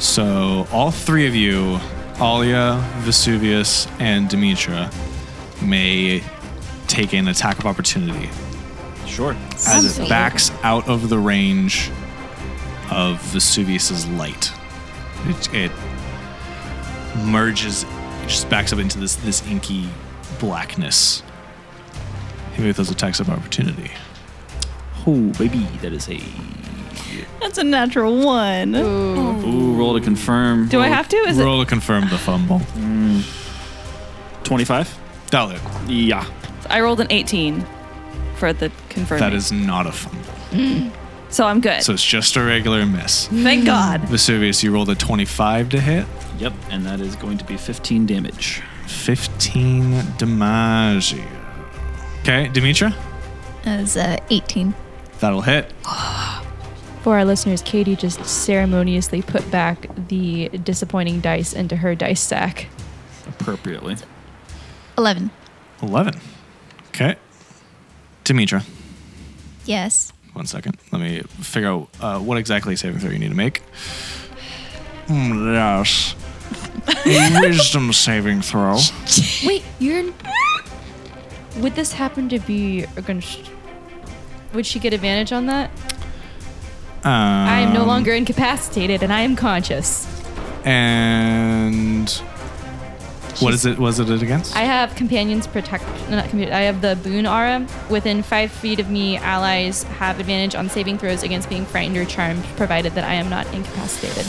So all three of you, Alia, Vesuvius, and Demetra, may take an attack of opportunity
Sure.
as it
Something.
backs out of the range of Vesuvius's light. It, it merges, it just backs up into this this inky blackness. Hit me with those attacks of opportunity.
Oh, baby. That is a.
that's a natural one.
Ooh, roll to confirm.
Do I have to? Is it
Roll to confirm the fumble.
25?
That'll hit.
Yeah.
I rolled an 18 for the confirming.
That is not a fumble.
so I'm good.
So it's just a regular miss.
Thank God.
Vesuvius, you rolled a 25 to hit.
Yep. And that is going to be 15 damage.
15 damage. Okay, Demetra,
That was uh, 18.
that'll hit.
For our listeners, Katie just ceremoniously put back the disappointing dice into her dice sack.
appropriately.
11.
11. Okay. Demetra,
Yes.
one second. Let me figure out uh, what exactly saving throw you need to make. Mm, yes. A Wisdom saving throw.
Wait, you're. Would this happen to be a const- Would she get advantage on that? I am no
Um,
longer incapacitated and I am conscious.
And what is it? Was it it against?
I have companions protect. no, Not compa- I have the boon aura. Within five feet of me, allies have advantage on saving throws against being frightened or charmed, provided that I am not incapacitated.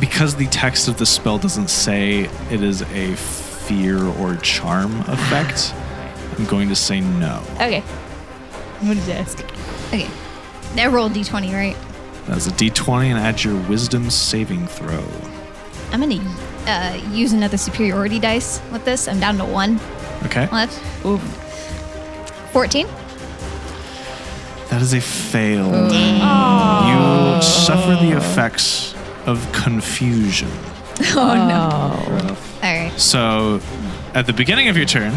because the text of the spell doesn't say it is a fear or charm effect, I'm going to say no.
Okay. What did you ask?
Okay. I rolled d20, right?
That's a d20 and add your wisdom saving throw.
I'm going to uh, use another superiority dice with this. I'm down to one
Okay.
left. Ooh. 14.
That is a fail. You suffer the effects of confusion.
Oh, no. All right.
So, at the beginning of your turn,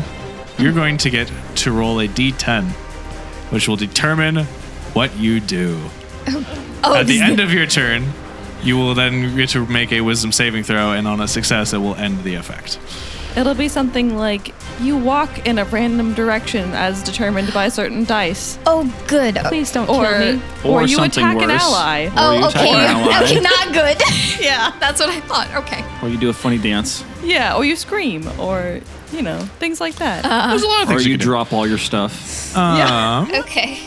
you're going to get to roll a d10, which will determine what you do.
Oh,
at the
this-
end of your turn, you will then get to make a wisdom saving throw, and on a success, it will end the effect.
It'll be something like you walk in a random direction as determined by certain dice.
oh, good.
Please don't
Or,
kill me.
Or
or, you
something
attack an
worse.
ally.
Or you
Oh,
attack an
okay.
ally.
okay, not good. yeah, that's what I thought. Okay.
Or you do a funny dance.
Yeah, or you scream, or, you know, things like that.
Uh.
There's a lot of
Or
things
you
you, can
drop all your stuff.
do. Um,
Okay.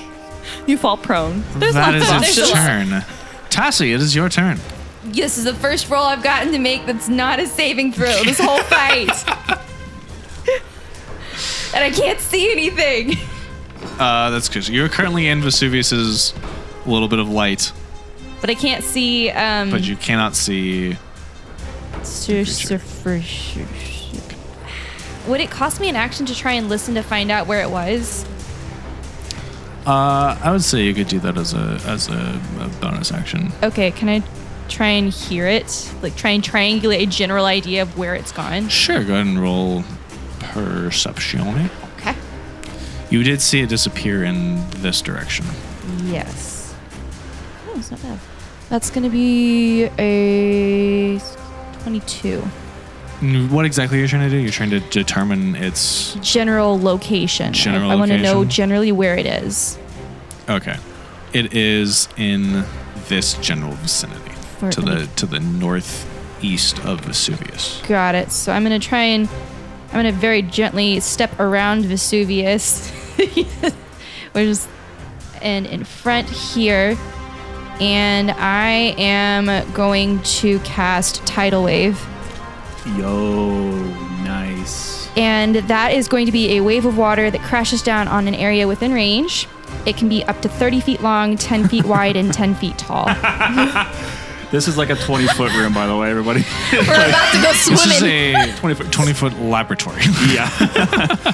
you fall prone. There's
that
lots of
is its turn. Tassie, it is your turn.
This is the first roll I've gotten to make that's not a saving throw this whole fight. and I can't see anything.
Uh, that's good. You're currently in Vesuvius's little bit of light,
But I can't see. Um,
but you cannot see.
sur-
creature.
sur- sur- sur-
Would it cost me an action to try and listen to find out where it was?
Uh, I would say you could do that as a as a, a bonus action.
Okay, can I try and hear it? Like try and triangulate a general idea of where it's gone.
Sure, go ahead and roll perception.
Okay.
You did see it disappear in this direction.
Yes. Oh, it's not bad. That's gonna be a twenty-two.
What exactly are you trying to do? You're trying to determine its.
General location.
General
I, I want to know
location.
generally where it is.
Okay, it is in this general vicinity
Where
to
it
the to the northeast of Vesuvius.
Got it. So I'm gonna try and I'm gonna very gently step around Vesuvius, which is and in front here, and I am going to cast tidal wave,
Yo, nice.
and that is going to be a wave of water that crashes down on an area within range. It can be up to 30 feet long, 10 feet wide, and 10 feet tall.
This is like a 20 foot room, by the way, everybody.
We're about to go
This is
swimming.
a 20 foot, 20 foot laboratory.
yeah.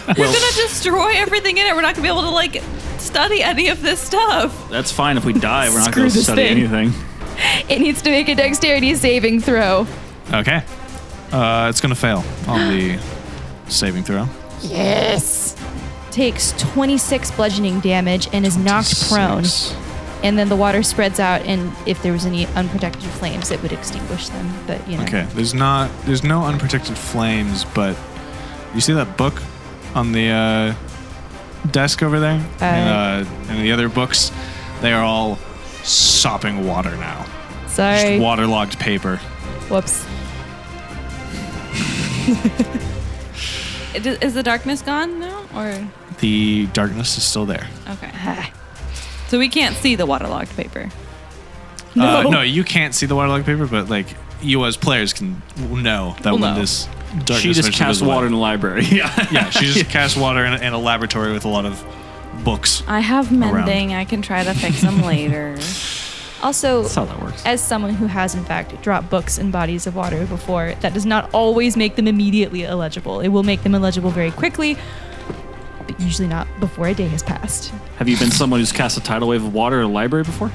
We're gonna destroy everything in it. We're not gonna be able to like study any of this stuff.
That's fine if we die. We're not
Screw
going to
this
study
thing.
anything.
it needs to make a dexterity saving throw.
okay, uh, it's gonna fail on the saving throw.
Takes 26 bludgeoning damage and is knocked prone.
Six.
and then the water spreads out and if there was any unprotected flames it would extinguish them but you know
Okay, there's not there's no unprotected flames, but you see that book on the uh, desk over there, and, uh, and the other books, they are all sopping water now.
sorry
Just waterlogged paper.
whoops
It- Is the darkness gone now, or
The darkness is still there.
okay? So we can't see the waterlogged paper.
No, uh, no you can't see the waterlogged paper, but like you as players can know that
Well,
when
no.
this darkness
She just
starts to
cast
fizzle out-
water in the library. Yeah.
Yeah, she just cast water in, a- in a laboratory with a lot of books.
I have
mending.
mending. I can try to fix them later.
also
That's how that works.
as someone who has in fact dropped books in bodies of water before that does not always make them immediately illegible it will make them illegible very quickly but usually not before a day has passed.
Have you been someone who's cast a tidal wave of water at a library before?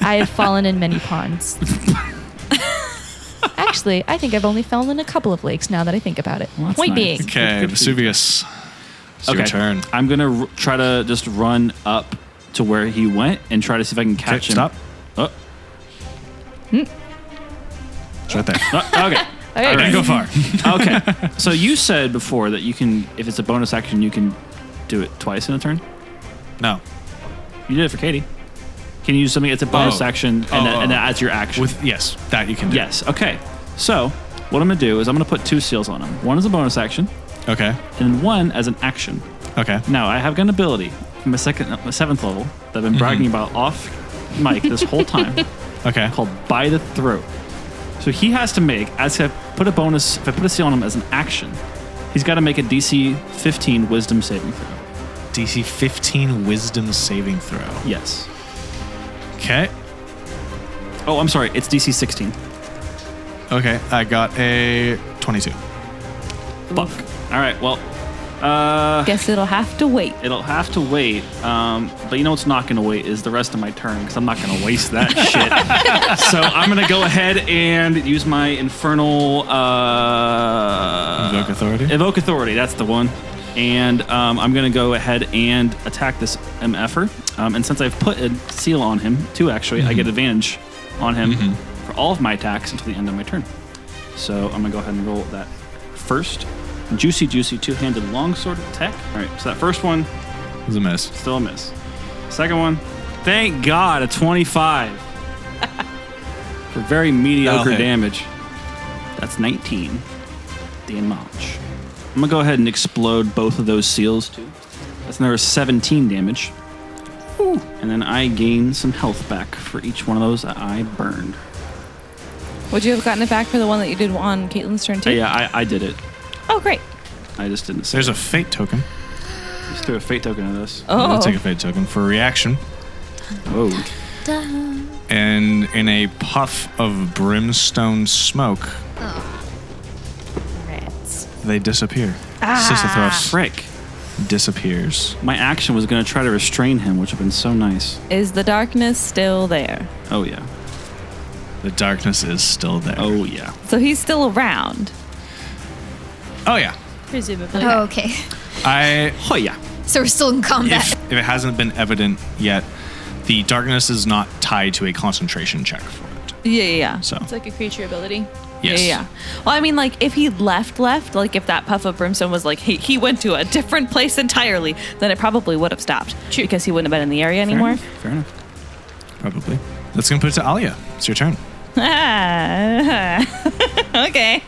I have fallen in many ponds. Actually, I think I've only fallen in a couple of lakes now that I think about it.
that's nice.
Point being,
Okay, Vesuvius. It's your turn.
I'm gonna r- try to just run up to where he went and try to see if I can catch him.
stop.
Oh.
It's right there.
Uh, okay.
Okay.
All
Didn't
right.
go far.
okay. So you said before that you can, if it's a bonus action, you can do it twice in a turn.
No.
You did it for Katie. Can you use something? It's a bonus
Oh.
action, and,
Oh,
that, and
oh.
that adds your action.
With yes, that you can do.
yes. Okay. So what I'm gonna do is I'm gonna put two seals on him. One is a bonus action,
Okay.
and one as an action.
Okay.
Now I have got an ability from my second, my seventh level that
Mm-hmm.
I've been bragging about off mic this whole time.
Okay.
called By the Throat. So he has to make, as if I put a bonus, if I put a seal on him as an action, he's got to make a DC 15 Wisdom saving throw.
DC 15 Wisdom saving throw.
Yes.
Okay.
Oh, I'm sorry. It's DC 16.
Okay. I got a 22.
Fuck. All right. Well, uh,
Guess it'll have to wait.
it'll have to wait. Um, but you know what's not going to wait is the rest of my turn because I'm not going to waste that shit. So I'm going to go ahead and use my infernal uh,
Invoke authority?
Evoke authority. That's the one. And um, I'm going to go ahead and attack this mf'er. Um, and since I've put a seal on him, two actually, I get advantage on him for all of my attacks until the end of my turn. So I'm gonna go ahead and roll that first. Juicy, juicy, two-handed longsword attack. All right, so that first one
It's a miss.
still a miss. Second one, thank God, a 25 for very mediocre
That'll hit.
damage. That's 19 damage. I'm gonna go ahead and explode both of those seals too. That's another 17 damage. And then I gain some health back for each one of those that I burned.
Would you have gotten it back for the one that you did on Caitlin's turn too?
Uh, Yeah, I, I did it.
Oh, great.
I just didn't say.
There's a fate token.
Just threw a fate token at us.
I'm
Oh,
gonna take a fate token for reaction.
Oh.
And in a puff of brimstone smoke, they disappear. Sisyphus
Frick.
disappears.
My action was going to try to restrain him, which would have been so nice.
Oh, is the darkness still there?
Oh, yeah.
The darkness is still there.
Oh, yeah.
So he's still around.
Oh, yeah.
Presumably.
Oh, okay.
I
Oh, yeah.
So we're still in combat.
if, if it hasn't been evident yet, the darkness is not tied to a concentration check for it.
Yeah, yeah, yeah.
So
It's like a creature ability.
yes,
Yeah, yeah. Well, I mean, like, if he left, left, like, if that puff of brimstone was like, he, he went to a different place entirely, then it probably would have stopped. Because he wouldn't have been in the area anymore.
Fair enough.
probably. That's gonna put it to Alia. It's your turn.
okay.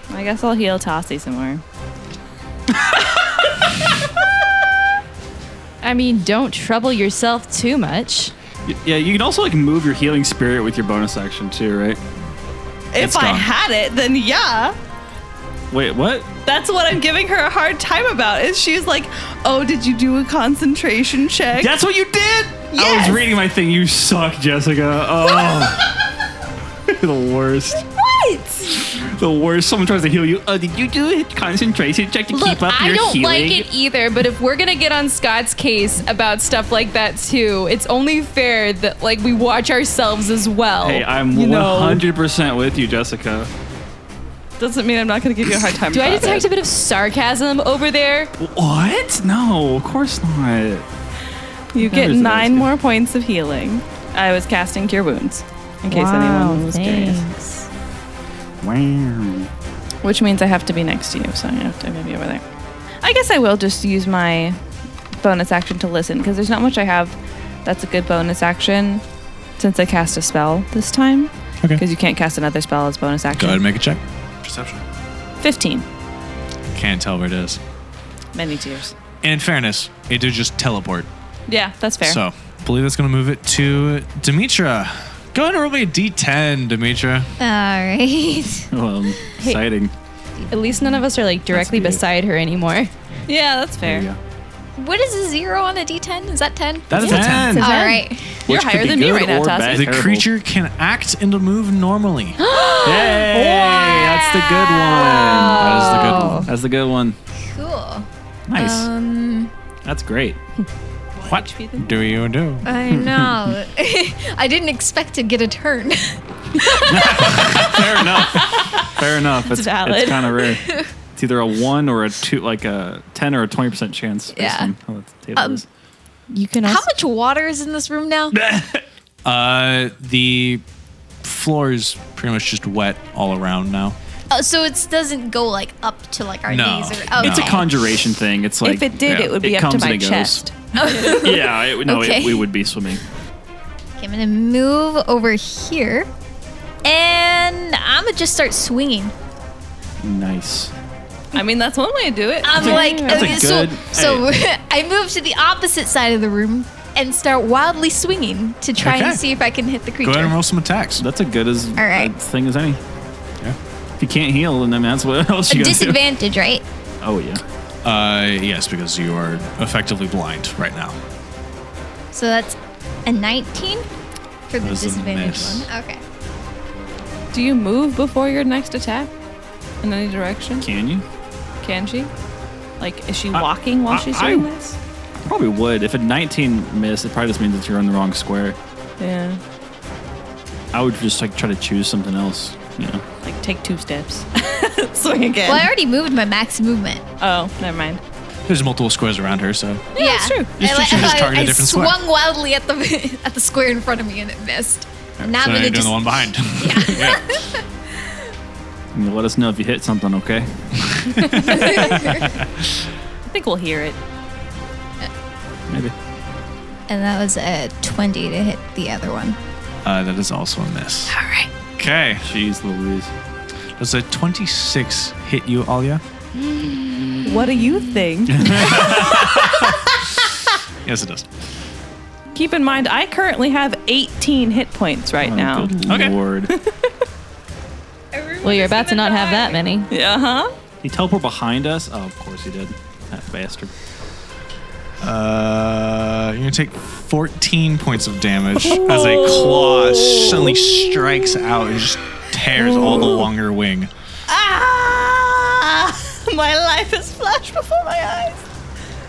I guess I'll heal Tossie some more.
I mean, don't trouble yourself too much.
Y- Yeah, you can also, like, move your healing spirit with your bonus action, too, right?
If I had it, then yeah.
Wait, what?
That's what I'm giving her a hard time about. Is she's like, oh, did you do a concentration check?
That's what you did? I
Yes!
was reading my thing. You suck, Jessica. Oh. the worst.
What?
The worst. Someone tries to heal you. Oh, did you do a concentration check to
Look,
keep up
I
your
don't
healing?
like it either, but if we're gonna get on Scott's case about stuff like that too, it's only fair that like we watch ourselves as well.
Hey, I'm
you know?
100% with you, Jessica.
Doesn't mean I'm not going to give you a hard time
Do I
about
detect
it.
a bit of sarcasm over there?
What? No, of course not.
You
That
get
is a nice
nine
gift.
more points of healing. I was casting Cure Wounds, in case anyone was curious.
Wow.
Which means I have to be next to you, so I have to maybe over there. I guess I will just use my bonus action to listen, because there's not much I have that's a good bonus action since I cast a spell this time.
Okay.
Because you can't cast another spell as bonus action.
Go ahead and make a check. Perception.
15.
Can't tell where it is.
Many tears.
And in fairness, it did just teleport.
Yeah, that's fair.
So believe that's gonna move it to Demetra. Go ahead and roll me a D10, Demetra.
All right.
Well, exciting.
At least none of us are like directly
good.
beside her anymore.
yeah, that's
There
fair.
you go.
What is a zero on a D10? Is that 10?
That is a 10.
All right.
You're
Which could
higher
be
than me
good
right now,
or
Tassie.
bad.
The
Terrible.
creature can act and move normally.
Oh,
Hey, that's the good one.
That is the good one.
That's the good one.
Cool.
Nice.
Um,
That's great. what
do you do?
I know. I didn't expect to get a turn.
Fair enough. Fair enough. It's,
valid.
It's kind of rare. It's either a one or a two, like a ten or a twenty percent chance. based
Yeah.
on how the table
Um,
is.
You can. How much water is in this room now?
Uh, the floor is pretty much just wet all around now.
oh, so it doesn't go like up to like our
No.
knees or. Oh,
It's a
okay.
conjuration thing. It's like
If it did,
yeah,
it would be up to
comes
my
and it goes.
chest.
yeah. It, no,
Okay.
it, we would be swimming.
Okay, I'm gonna move over here, and I'm gonna just start swinging.
Nice.
I mean, that's one way to do it.
I'm like, okay, so, so I move to the opposite side of the room and start wildly swinging to try
Okay.
and see if I can hit the creature.
some attacks. Uh,
That's a good as
All right.
a thing as any. Yeah. If you can't heal, then I mean, that's what else
a
you gonna do.
disadvantage, right?
Oh yeah.
Uh, yes, because you are effectively blind right now.
So that's a 19 for the
That was a
disadvantage
miss.
one. Okay.
Do you move before your next attack? In any direction?
Can you?
Can she? Like, is she walking while
I-
she's
I-
doing this?
Probably would. If a 19 miss, it probably just means that you're on the wrong square.
Yeah.
I would just like try to choose something else. You know.
Like, take two steps. Swing again.
Well, I already moved my max movement.
Oh, never mind.
There's multiple squares around her, so
Yeah, that's true.
You should just target a
I,
different square.
swung wildly at the at the square in front of me and it missed. And now
so
I'm
now
gonna
you're doing
just
the one
behind.
And you let us know if you hit something, okay?
I think we'll hear it.
Maybe.
And that was a 20 to hit the other one.
Uh, that is also a miss. All
right.
Okay.
Jeez Louise.
Does a 26 hit you, Alia?
What do you think?
Yes, it does.
Keep in mind, I currently have 18 hit points right
Oh,
now.
good lord.
Well, you're about to not have that many. Uh huh.
he teleported behind us? Oh, of course he did. That bastard.
Uh, you're gonna take 14 points of damage as a claw suddenly strikes out and just tears all the longer wing.
Ah! My life has flashed before my eyes.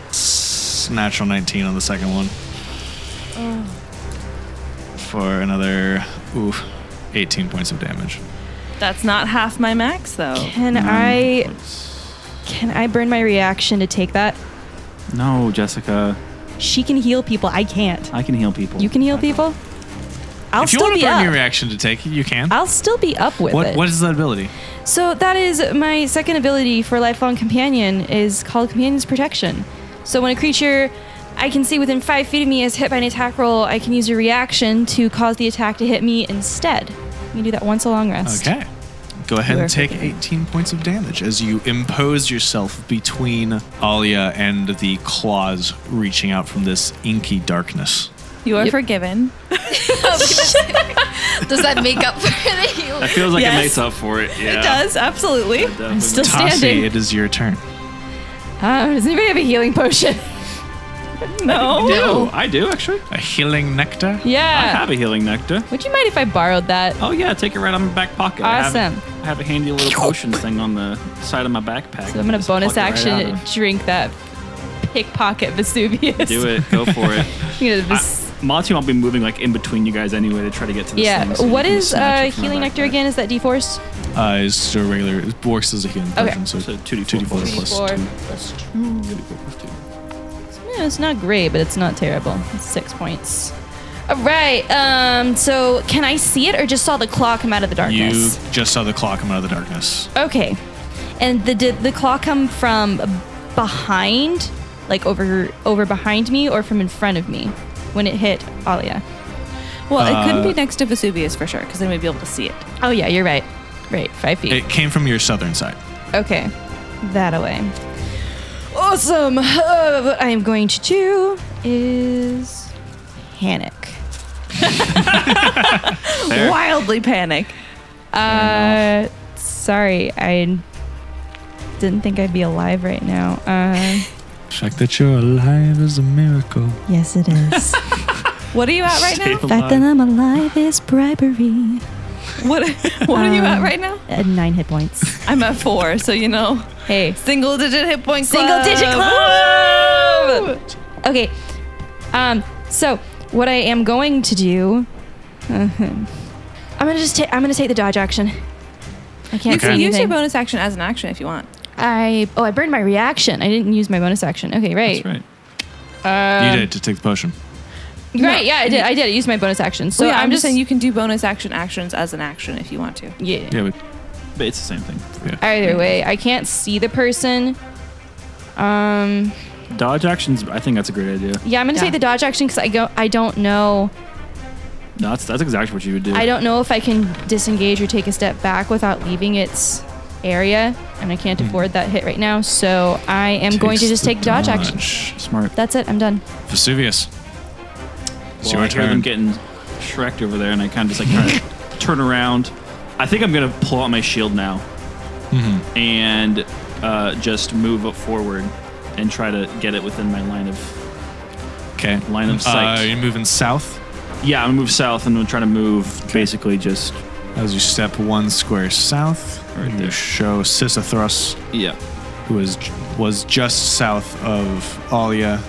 It's natural 19 on the second one for another ooh, 18 points of damage.
That's not half my max, though.
Can I can I burn my reaction to take that?
No, Jessica.
She can heal people. I can't.
I can heal people.
You can heal people. I'll
if you
still
want to
be
burn
up.
your reaction to take it, you can.
I'll still be up with
what
it.
what is that ability?
So that is my second ability for lifelong companion is called companion's protection. So when a creature I can see within five feet of me is hit by an attack roll, I can use a reaction to cause the attack to hit me instead. You can do that once a long rest.
Okay. Go ahead
You are
and take
forgiven.
18 points of damage as you impose yourself between Alia and the claws reaching out from this inky darkness.
You are forgiven.
Does that make up for the heal?
That feels like
Yes.
it makes up for it. Yeah.
It does, absolutely.
definitely
I'm still
Tassi,
standing.
it is your turn.
Uh, does anybody have a healing potion?
No.
No, I do actually.
A healing nectar?
I
Yeah.
have a healing nectar.
Would you mind if I borrowed that?
Oh yeah, take it right out of my back pocket. I have,
Awesome.
I have a handy little potions thing on the side of my backpack.
So I'm gonna
Just
bonus
pluck it right
action
out of-
drink that pickpocket Vesuvius.
Do it. Go for it.
You know,
I,
this-
Monty won't be moving like in between you guys anyway to try to get to this
yeah.
thing. so you
what
can
is uh,
snatch it from my
healing nectar
backpack.
again? Is that D4s?
Uh, it's a regular, it works as a healing
Okay.
potion, so,
So
2d4
2d4 plus
plus
Four.
2.
Yeah, it's not great, but it's not terrible. It's six points. All right. Um. So, can I see it, or just saw the claw come out of the
You
darkness?
just saw the claw come out of the darkness.
Okay. And the did the claw come from behind, like over over behind me, or from in front of me when it hit Alia?
Well, it couldn't
Uh,
be next to Vesuvius for sure, because then we'd be able to see it.
Oh yeah, you're right. Right, five feet.
It came from your southern side.
Okay, that away. Awesome. Uh, what I am going to do is panic.
Wildly panic.
Uh, sorry, I didn't think I'd be alive right now. Uh,
Fact that you're alive is a miracle.
yes, it is.
What are you at right
Stay
now?
fact that I'm alive is bribery.
What What are you at right now?
At nine hit points.
I'm at Um, four, so you know,
Hey,
single digit hit point.
single digit
club.
club. Okay. Um. So what I am going to do, I'm gonna just take. I'm gonna take the dodge action. I can't
You
see
can use your
anything.
bonus action as an action if you want.
I oh I burned my reaction. I didn't use my bonus action. Okay, right.
That's right.
right.
you did to take the potion.
Right. Yeah, I did. I did. I used my bonus action. So
So Oh, yeah,
I'm, just
saying you can do bonus action actions as an action if you want to.
Yeah.
Yeah, but
But it's the same thing.
Either way, I can't see the person. Um.
Dodge actions. I think that's a great idea.
Yeah, I'm gonna
Yeah.
take the dodge action because I go. I don't know.
No, that's that's exactly what you would do.
I don't know if I can disengage or take a step back without leaving its area, and I
Hmm.
can't afford that hit right now. So I am going to
Takes
just
the
take dodge, action.
Smart.
That's it. I'm done.
Vesuvius. It's
Well,
your
I hear
turn.
them getting shreked over there, and I kind of just like try to turn around. I think I'm gonna pull out my shield now and uh, just move up forward and try to get it within my line of.
Okay.
Line of sight.
Uh, you're moving south
Yeah, I'm gonna move south, and I'm trying to move basically just
as you step one square south.
Right
you
there.
show Sisythrus,
yeah.
who is was just south of Alia,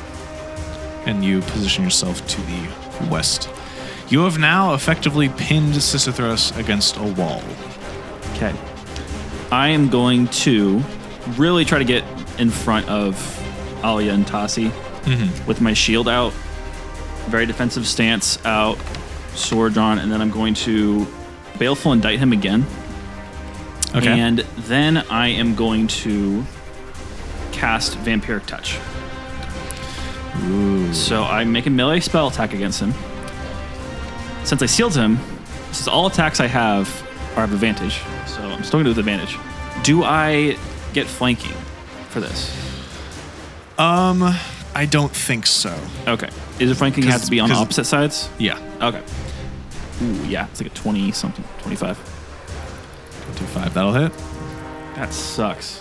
and you position yourself to the west. You have now effectively pinned Sisythrus against a wall.
Okay. I am going to really try to get in front of Alia and Tasi with my shield out, very defensive stance out, sword drawn, and then I'm going to baleful indict him again.
Okay.
And then I am going to cast vampiric touch. So I make a melee spell attack against him. Since I sealed him, since all attacks I have are of advantage, so I'm still gonna do with advantage. Do I get flanking for this?
um, I don't think so.
Okay. Is it flanking have to be on
'Cause-
opposite sides?
Yeah,
Okay. Ooh, yeah, it's like a 20 something, 25.
two five. That'll hit.
That sucks.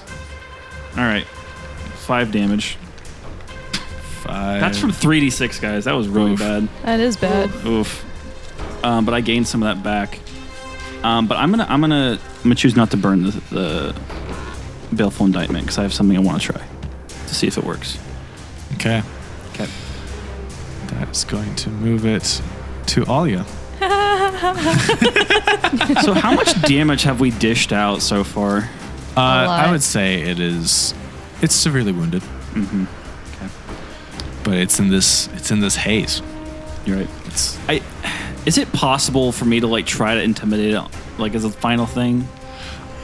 All right. Five damage.
Five.
That's from 3d6, guys. That was really
Oof.
bad.
That is bad.
Oof. Um, but I gained some of that back. Um, but I'm gonna I'm gonna I'm gonna choose not to burn the, the baleful indictment because I have something I want to try to see if it works.
Okay.
Okay.
That is going to move it to Alia.
so how much damage have we dished out so far?
Uh, I
lot.
would say it is. It's severely wounded. Mm-hmm.
Okay.
But it's in this. It's in this haze.
You're right.
It's
I is it possible for me to like try to intimidate it like as a final thing?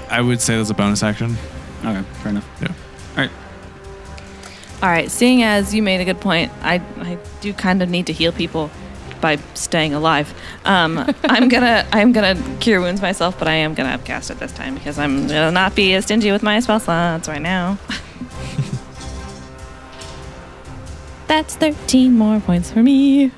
I would say that's a bonus action.
Okay, fair enough.
Yeah.
All right.
All right, seeing as you made a good point, I, I do kind of need to heal people by staying alive. Um, I'm gonna I'm gonna cure wounds myself, but I am gonna upcast it this time because I'm gonna not be as stingy with my spell slots right now. That's 13 more points for me. And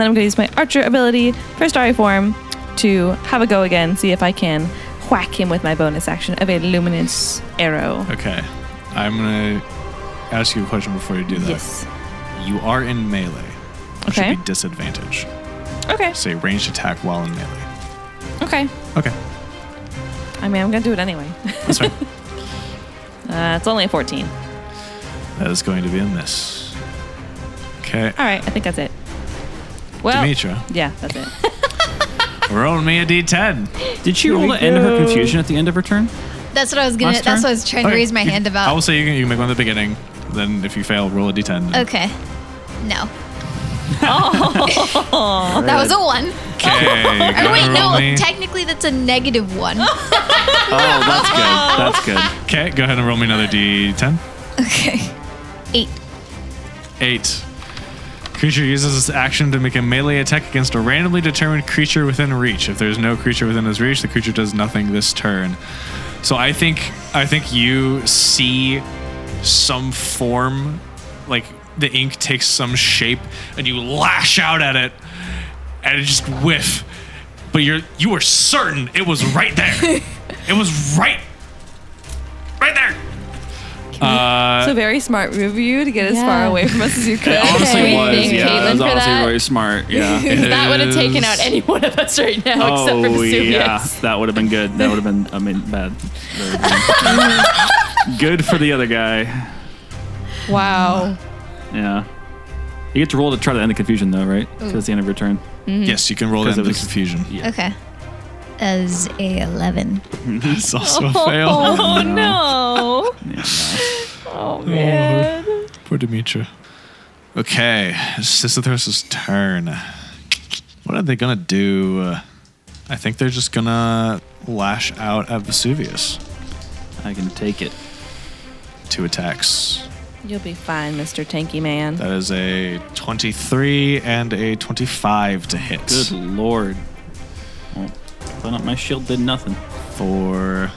then I'm gonna use my archer ability for starry form to have a go again, see if I can whack him with my bonus action of a luminance arrow.
Okay. I'm gonna ask you a question before you do that.
Yes.
You are in melee. which
Okay.
Should be disadvantage.
Okay.
Say ranged attack while in melee.
Okay.
Okay.
I mean, I'm gonna do it anyway.
That's fine.
Uh, it's only a 14.
that is going to be a miss. Okay.
All right, I think that's it. Well,
Demetra,
yeah, that's it.
roll me a d10.
Did she roll the end of her confusion at the end of her turn?
That's what I was gonna.
Last
That's
turn?
what I was trying to
Okay,
raise my
you-
hand
I will
about.
say you can, you can make one at the beginning. Then if you fail, roll a d10.
Okay. No. oh, that was a one.
Okay.
Or wait, no.
roll me.
Technically, that's a negative one.
Oh, that's good. That's good.
Okay, go ahead and roll me another d10.
okay. Eight.
Eight. Creature uses its action to make a melee attack against a randomly determined creature within reach. If there's no creature within his reach, the creature does nothing this turn. So I think I think you see some form, like the ink takes some shape, and you lash out at it, and it just whiff. But you're you were certain it was right there. it was right, right there. Uh,
so very smart move of you to get as far
Yeah.
away from us as you could.
Honestly,
Okay.
was
Thank
yeah,
Caitlin
that was
for
honestly
that.
really smart. Yeah.
That would have taken out any one of us right now except
Oh,
for Vesuvius.
yeah, that would have been good. That would have been, I mean, bad. That would've been- good for the other guy.
Wow.
Yeah. You get to roll to try to end the confusion, though, right? Because
Ooh.
it's the end of your turn.
Yes, you can roll to
'Cause
end
it
the
was-
confusion.
Okay. As a 11.
That's also a fail.
Oh no.
Oh, man. Poor Demetra. Okay, Sisyphus' turn. What are they gonna do? Uh, I think they're just gonna lash out at Vesuvius.
I can take it.
Two attacks.
You'll be fine, Mr. Tanky Man.
That is a 23 and a 25 to hit.
Good lord. Well, thought not- my shield did nothing.
For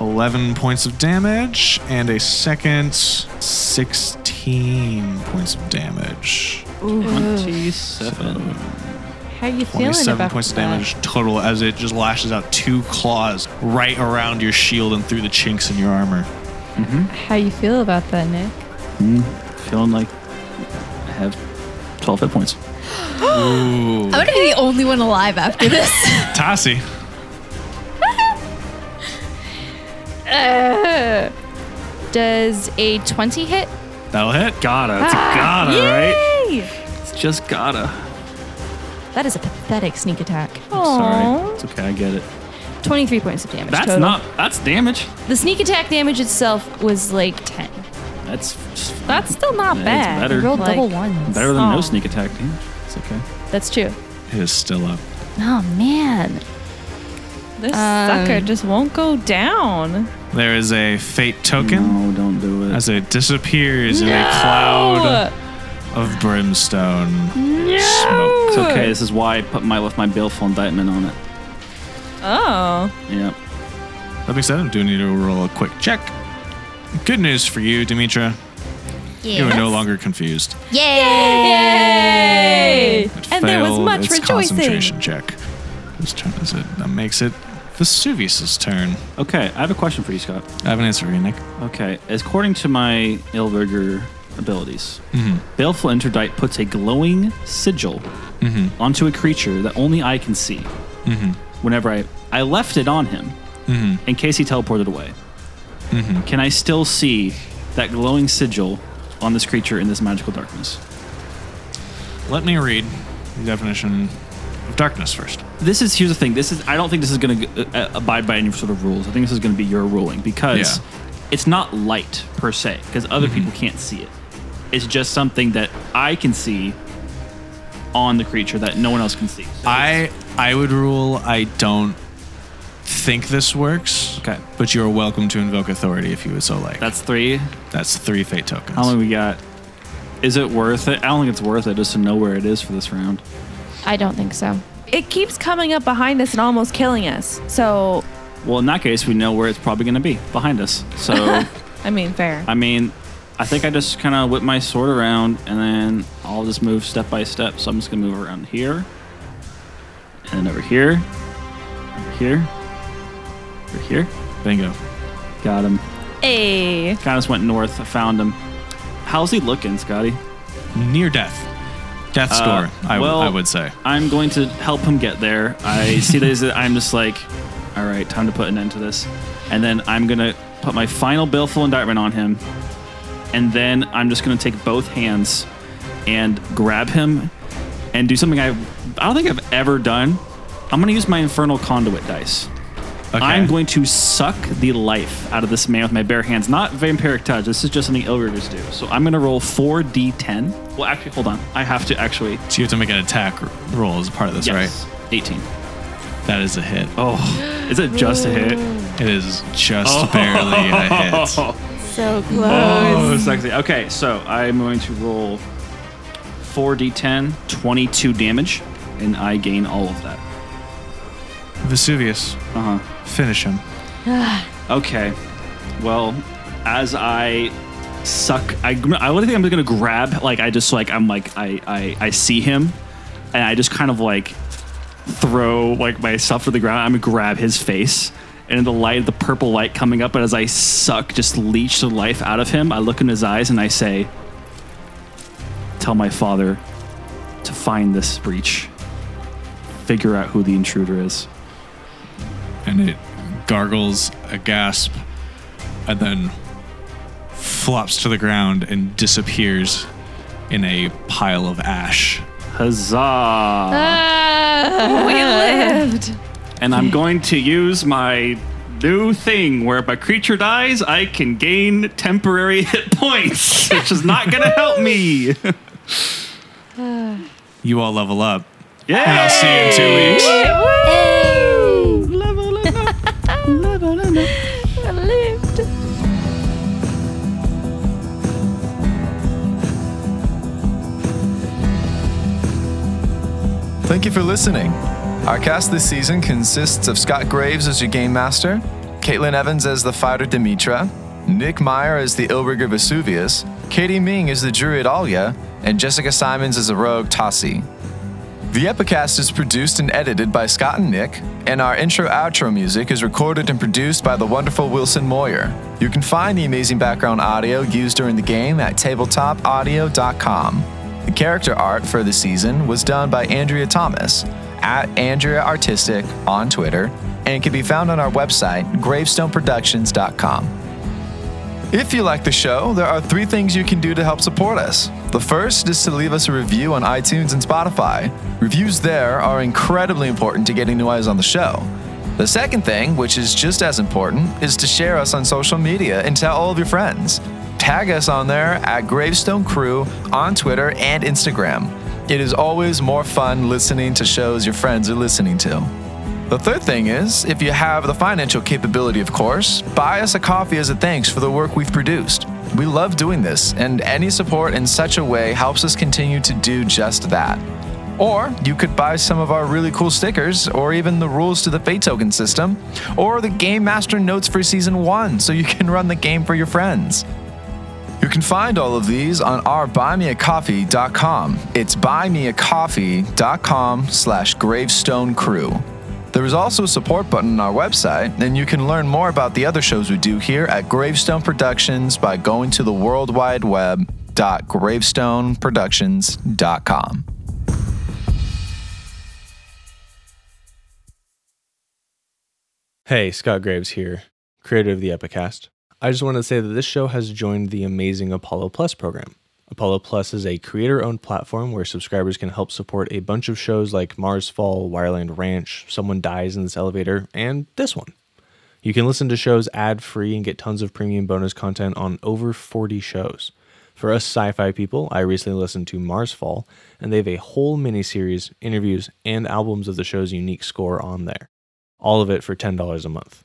11 points of damage and a second 16 points of damage.
27.
How you feeling
27
about
points of
that?
damage total as it just lashes out two claws right around your shield and through the chinks in your armor.
How you feel about that, Nick?
Feeling like I have 12 hit points.
Ooh.
I'm going to be the only one alive after this.
Tassi.
Uh, does a 20 hit? Ah,
That'll hit.
Gotta. It's gotta, right? It's just gotta.
That is a pathetic sneak attack.
Sorry. It's okay. I get it.
23 points of damage
That's
total.
not. That's damage.
the sneak attack damage itself was like 10.
That's just
That's still not
Yeah, it's
bad.
better.
Rolled
Like-
double ones.
better than no
Aw.
sneak attack damage. It's okay.
That's true.
It is still up.
Oh, man.
This
Um,
sucker just won't go down.
There is a fate token
No, don't do it.
as it disappears in a cloud of brimstone smoke.
It's okay. This is why I put my left my baleful indictment on it.
Oh.
Yeah.
That being said, I do need to roll a quick check. Good news for you, Demetra. You are no longer confused.
Yay!
It
And there was
failed
much
its
rejoicing.
concentration check. Whose turn is it? That makes it Vesuvius' turn.
Okay. I have a question for you, Scott.
I have an answer for you, Nick.
Okay. As according to my Ilberger abilities, baleful interdict puts a glowing sigil
Mm-hmm.
onto a creature that only I can see. Whenever I I left it on him in case he teleported away.
Mm-hmm.
Can I still see that glowing sigil on this creature in this magical darkness?
Let me read the definition of darkness first.
this is here's the thing. This is I don't think this is going to uh, abide by any sort of rules. I think this is going to be your ruling because
Yeah. Mm-hmm.
it's not light per se because other people can't see it. It's just something that I can see on the creature that no one else can see.
I I would rule I don't think this works.
Okay.
But you are welcome to invoke authority if you would so like.
That's three.
That's three fate tokens.
How many we got? Is it worth it? I don't think it's worth it just to know where it is for this round.
I don't think so.
It keeps coming up behind us and almost killing us. So,
Well, in that case, we know where it's probably going to be behind us. So
I mean, fair.
I mean, I think I just kind of whip my sword around and then I'll just move step by step. So I'm just going to move around here and then over here, over here, over here.
Bingo.
Got him.
Hey.
Kind of just went north. I found him. How's he looking, Scotty?
Near death. Death
Uh,
score, I,
well-
w- I would say.
I'm going to help him get there. I see that he's- I'm just like, all right, time to put an end to this. And then I'm going to put my final baleful indictment on him. And then I'm just going to take both hands and grab him and do something I've, I don't think I've ever done. I'm going to use my infernal conduit dice.
Okay.
I'm going to suck the life out of this man with my bare hands. Not vampiric touch. This is just something Illriggers do. So I'm going to roll 4d10. Well, actually, hold on. I have to actually.
So you have to make an attack r- roll as part of this,
yes, 18.
right? That is a hit.
Oh, is it just a hit?
It is just barely a hit.
So close.
Oh, sexy. Okay, so I'm going to roll 4d10, 22 damage, and I gain all of that.
Vesuvius,
Uh huh.
finish him.
Okay. Well, as I suck, I I only think I'm gonna grab like I just like I'm like I I I see him, and I just kind of like throw like myself to the ground. I'm gonna grab his face. And in the light, the purple light coming up, and as I suck, just leech the life out of him, I look in his eyes and I say, Tell my father to find this breach, figure out who the intruder is.
And it gargles a gasp and then flops to the ground and disappears in a pile of ash.
Huzzah!
we
lived.
And I'm going to use my new thing where if a creature dies, I can gain temporary hit points, which is not going to help me.
You all level up.
Yeah.
And I'll see you in two weeks.
Thank you for listening. Our cast this season consists of Scott Graves as your game master, Caitlin Evans as the fighter Demetra, Nick Meyer as the Ilbriger Vesuvius, Katie Ming as the druid Alia, and Jessica Simons as the rogue Tassi. The Epicast is produced and edited by Scott and Nick, and our intro outro music is recorded and produced by the wonderful Wilson Moyer. You can find the amazing background audio used during the game at tabletopaudio.com. The character art for the season was done by Andrea Thomas at Andrea Artistic on Twitter and can be found on our website, gravestoneproductions.com. If you like the show, there are three things you can do to help support us. The first is to leave us a review on iTunes and Spotify. Reviews there are incredibly important to getting new eyes on the show. The second thing, which is just as important, is to share us on social media and tell all of your friends. Tag us on there at Gravestone Crew on Twitter and Instagram. It is always more fun listening to shows your friends are listening to. The third thing is, if you have the financial capability, of course, buy us a coffee as a thanks for the work we've produced. We love doing this, and any support in such a way helps us continue to do just that. Or you could buy some of our really cool stickers, or even the rules to the Fate Token system, or the Game Master notes for Season 1 so you can run the game for your friends. You can find all of these on our buymeacoffee.com. It's buymeacoffee.com slash gravestone crew. There is also a support button on our website, and you can learn more about the other shows we do here at Gravestone Productions by going to the World Wide Web dot gravestoneproductions.com.
Hey, Scott Graves here, creator of the Epicast. I just wanted to say that this show has joined the amazing Apollo Plus program. Apollo Plus is a creator owned platform where subscribers can help support a bunch of shows like Mars Fall, Wireland Ranch, Someone Dies in This Elevator, and this one. You can listen to shows ad free and get tons of premium bonus content on over 40 shows. For us sci fi people, I recently listened to Mars Fall, and they have a whole miniseries, interviews, and albums of the show's unique score on there. All of it for $10 a month.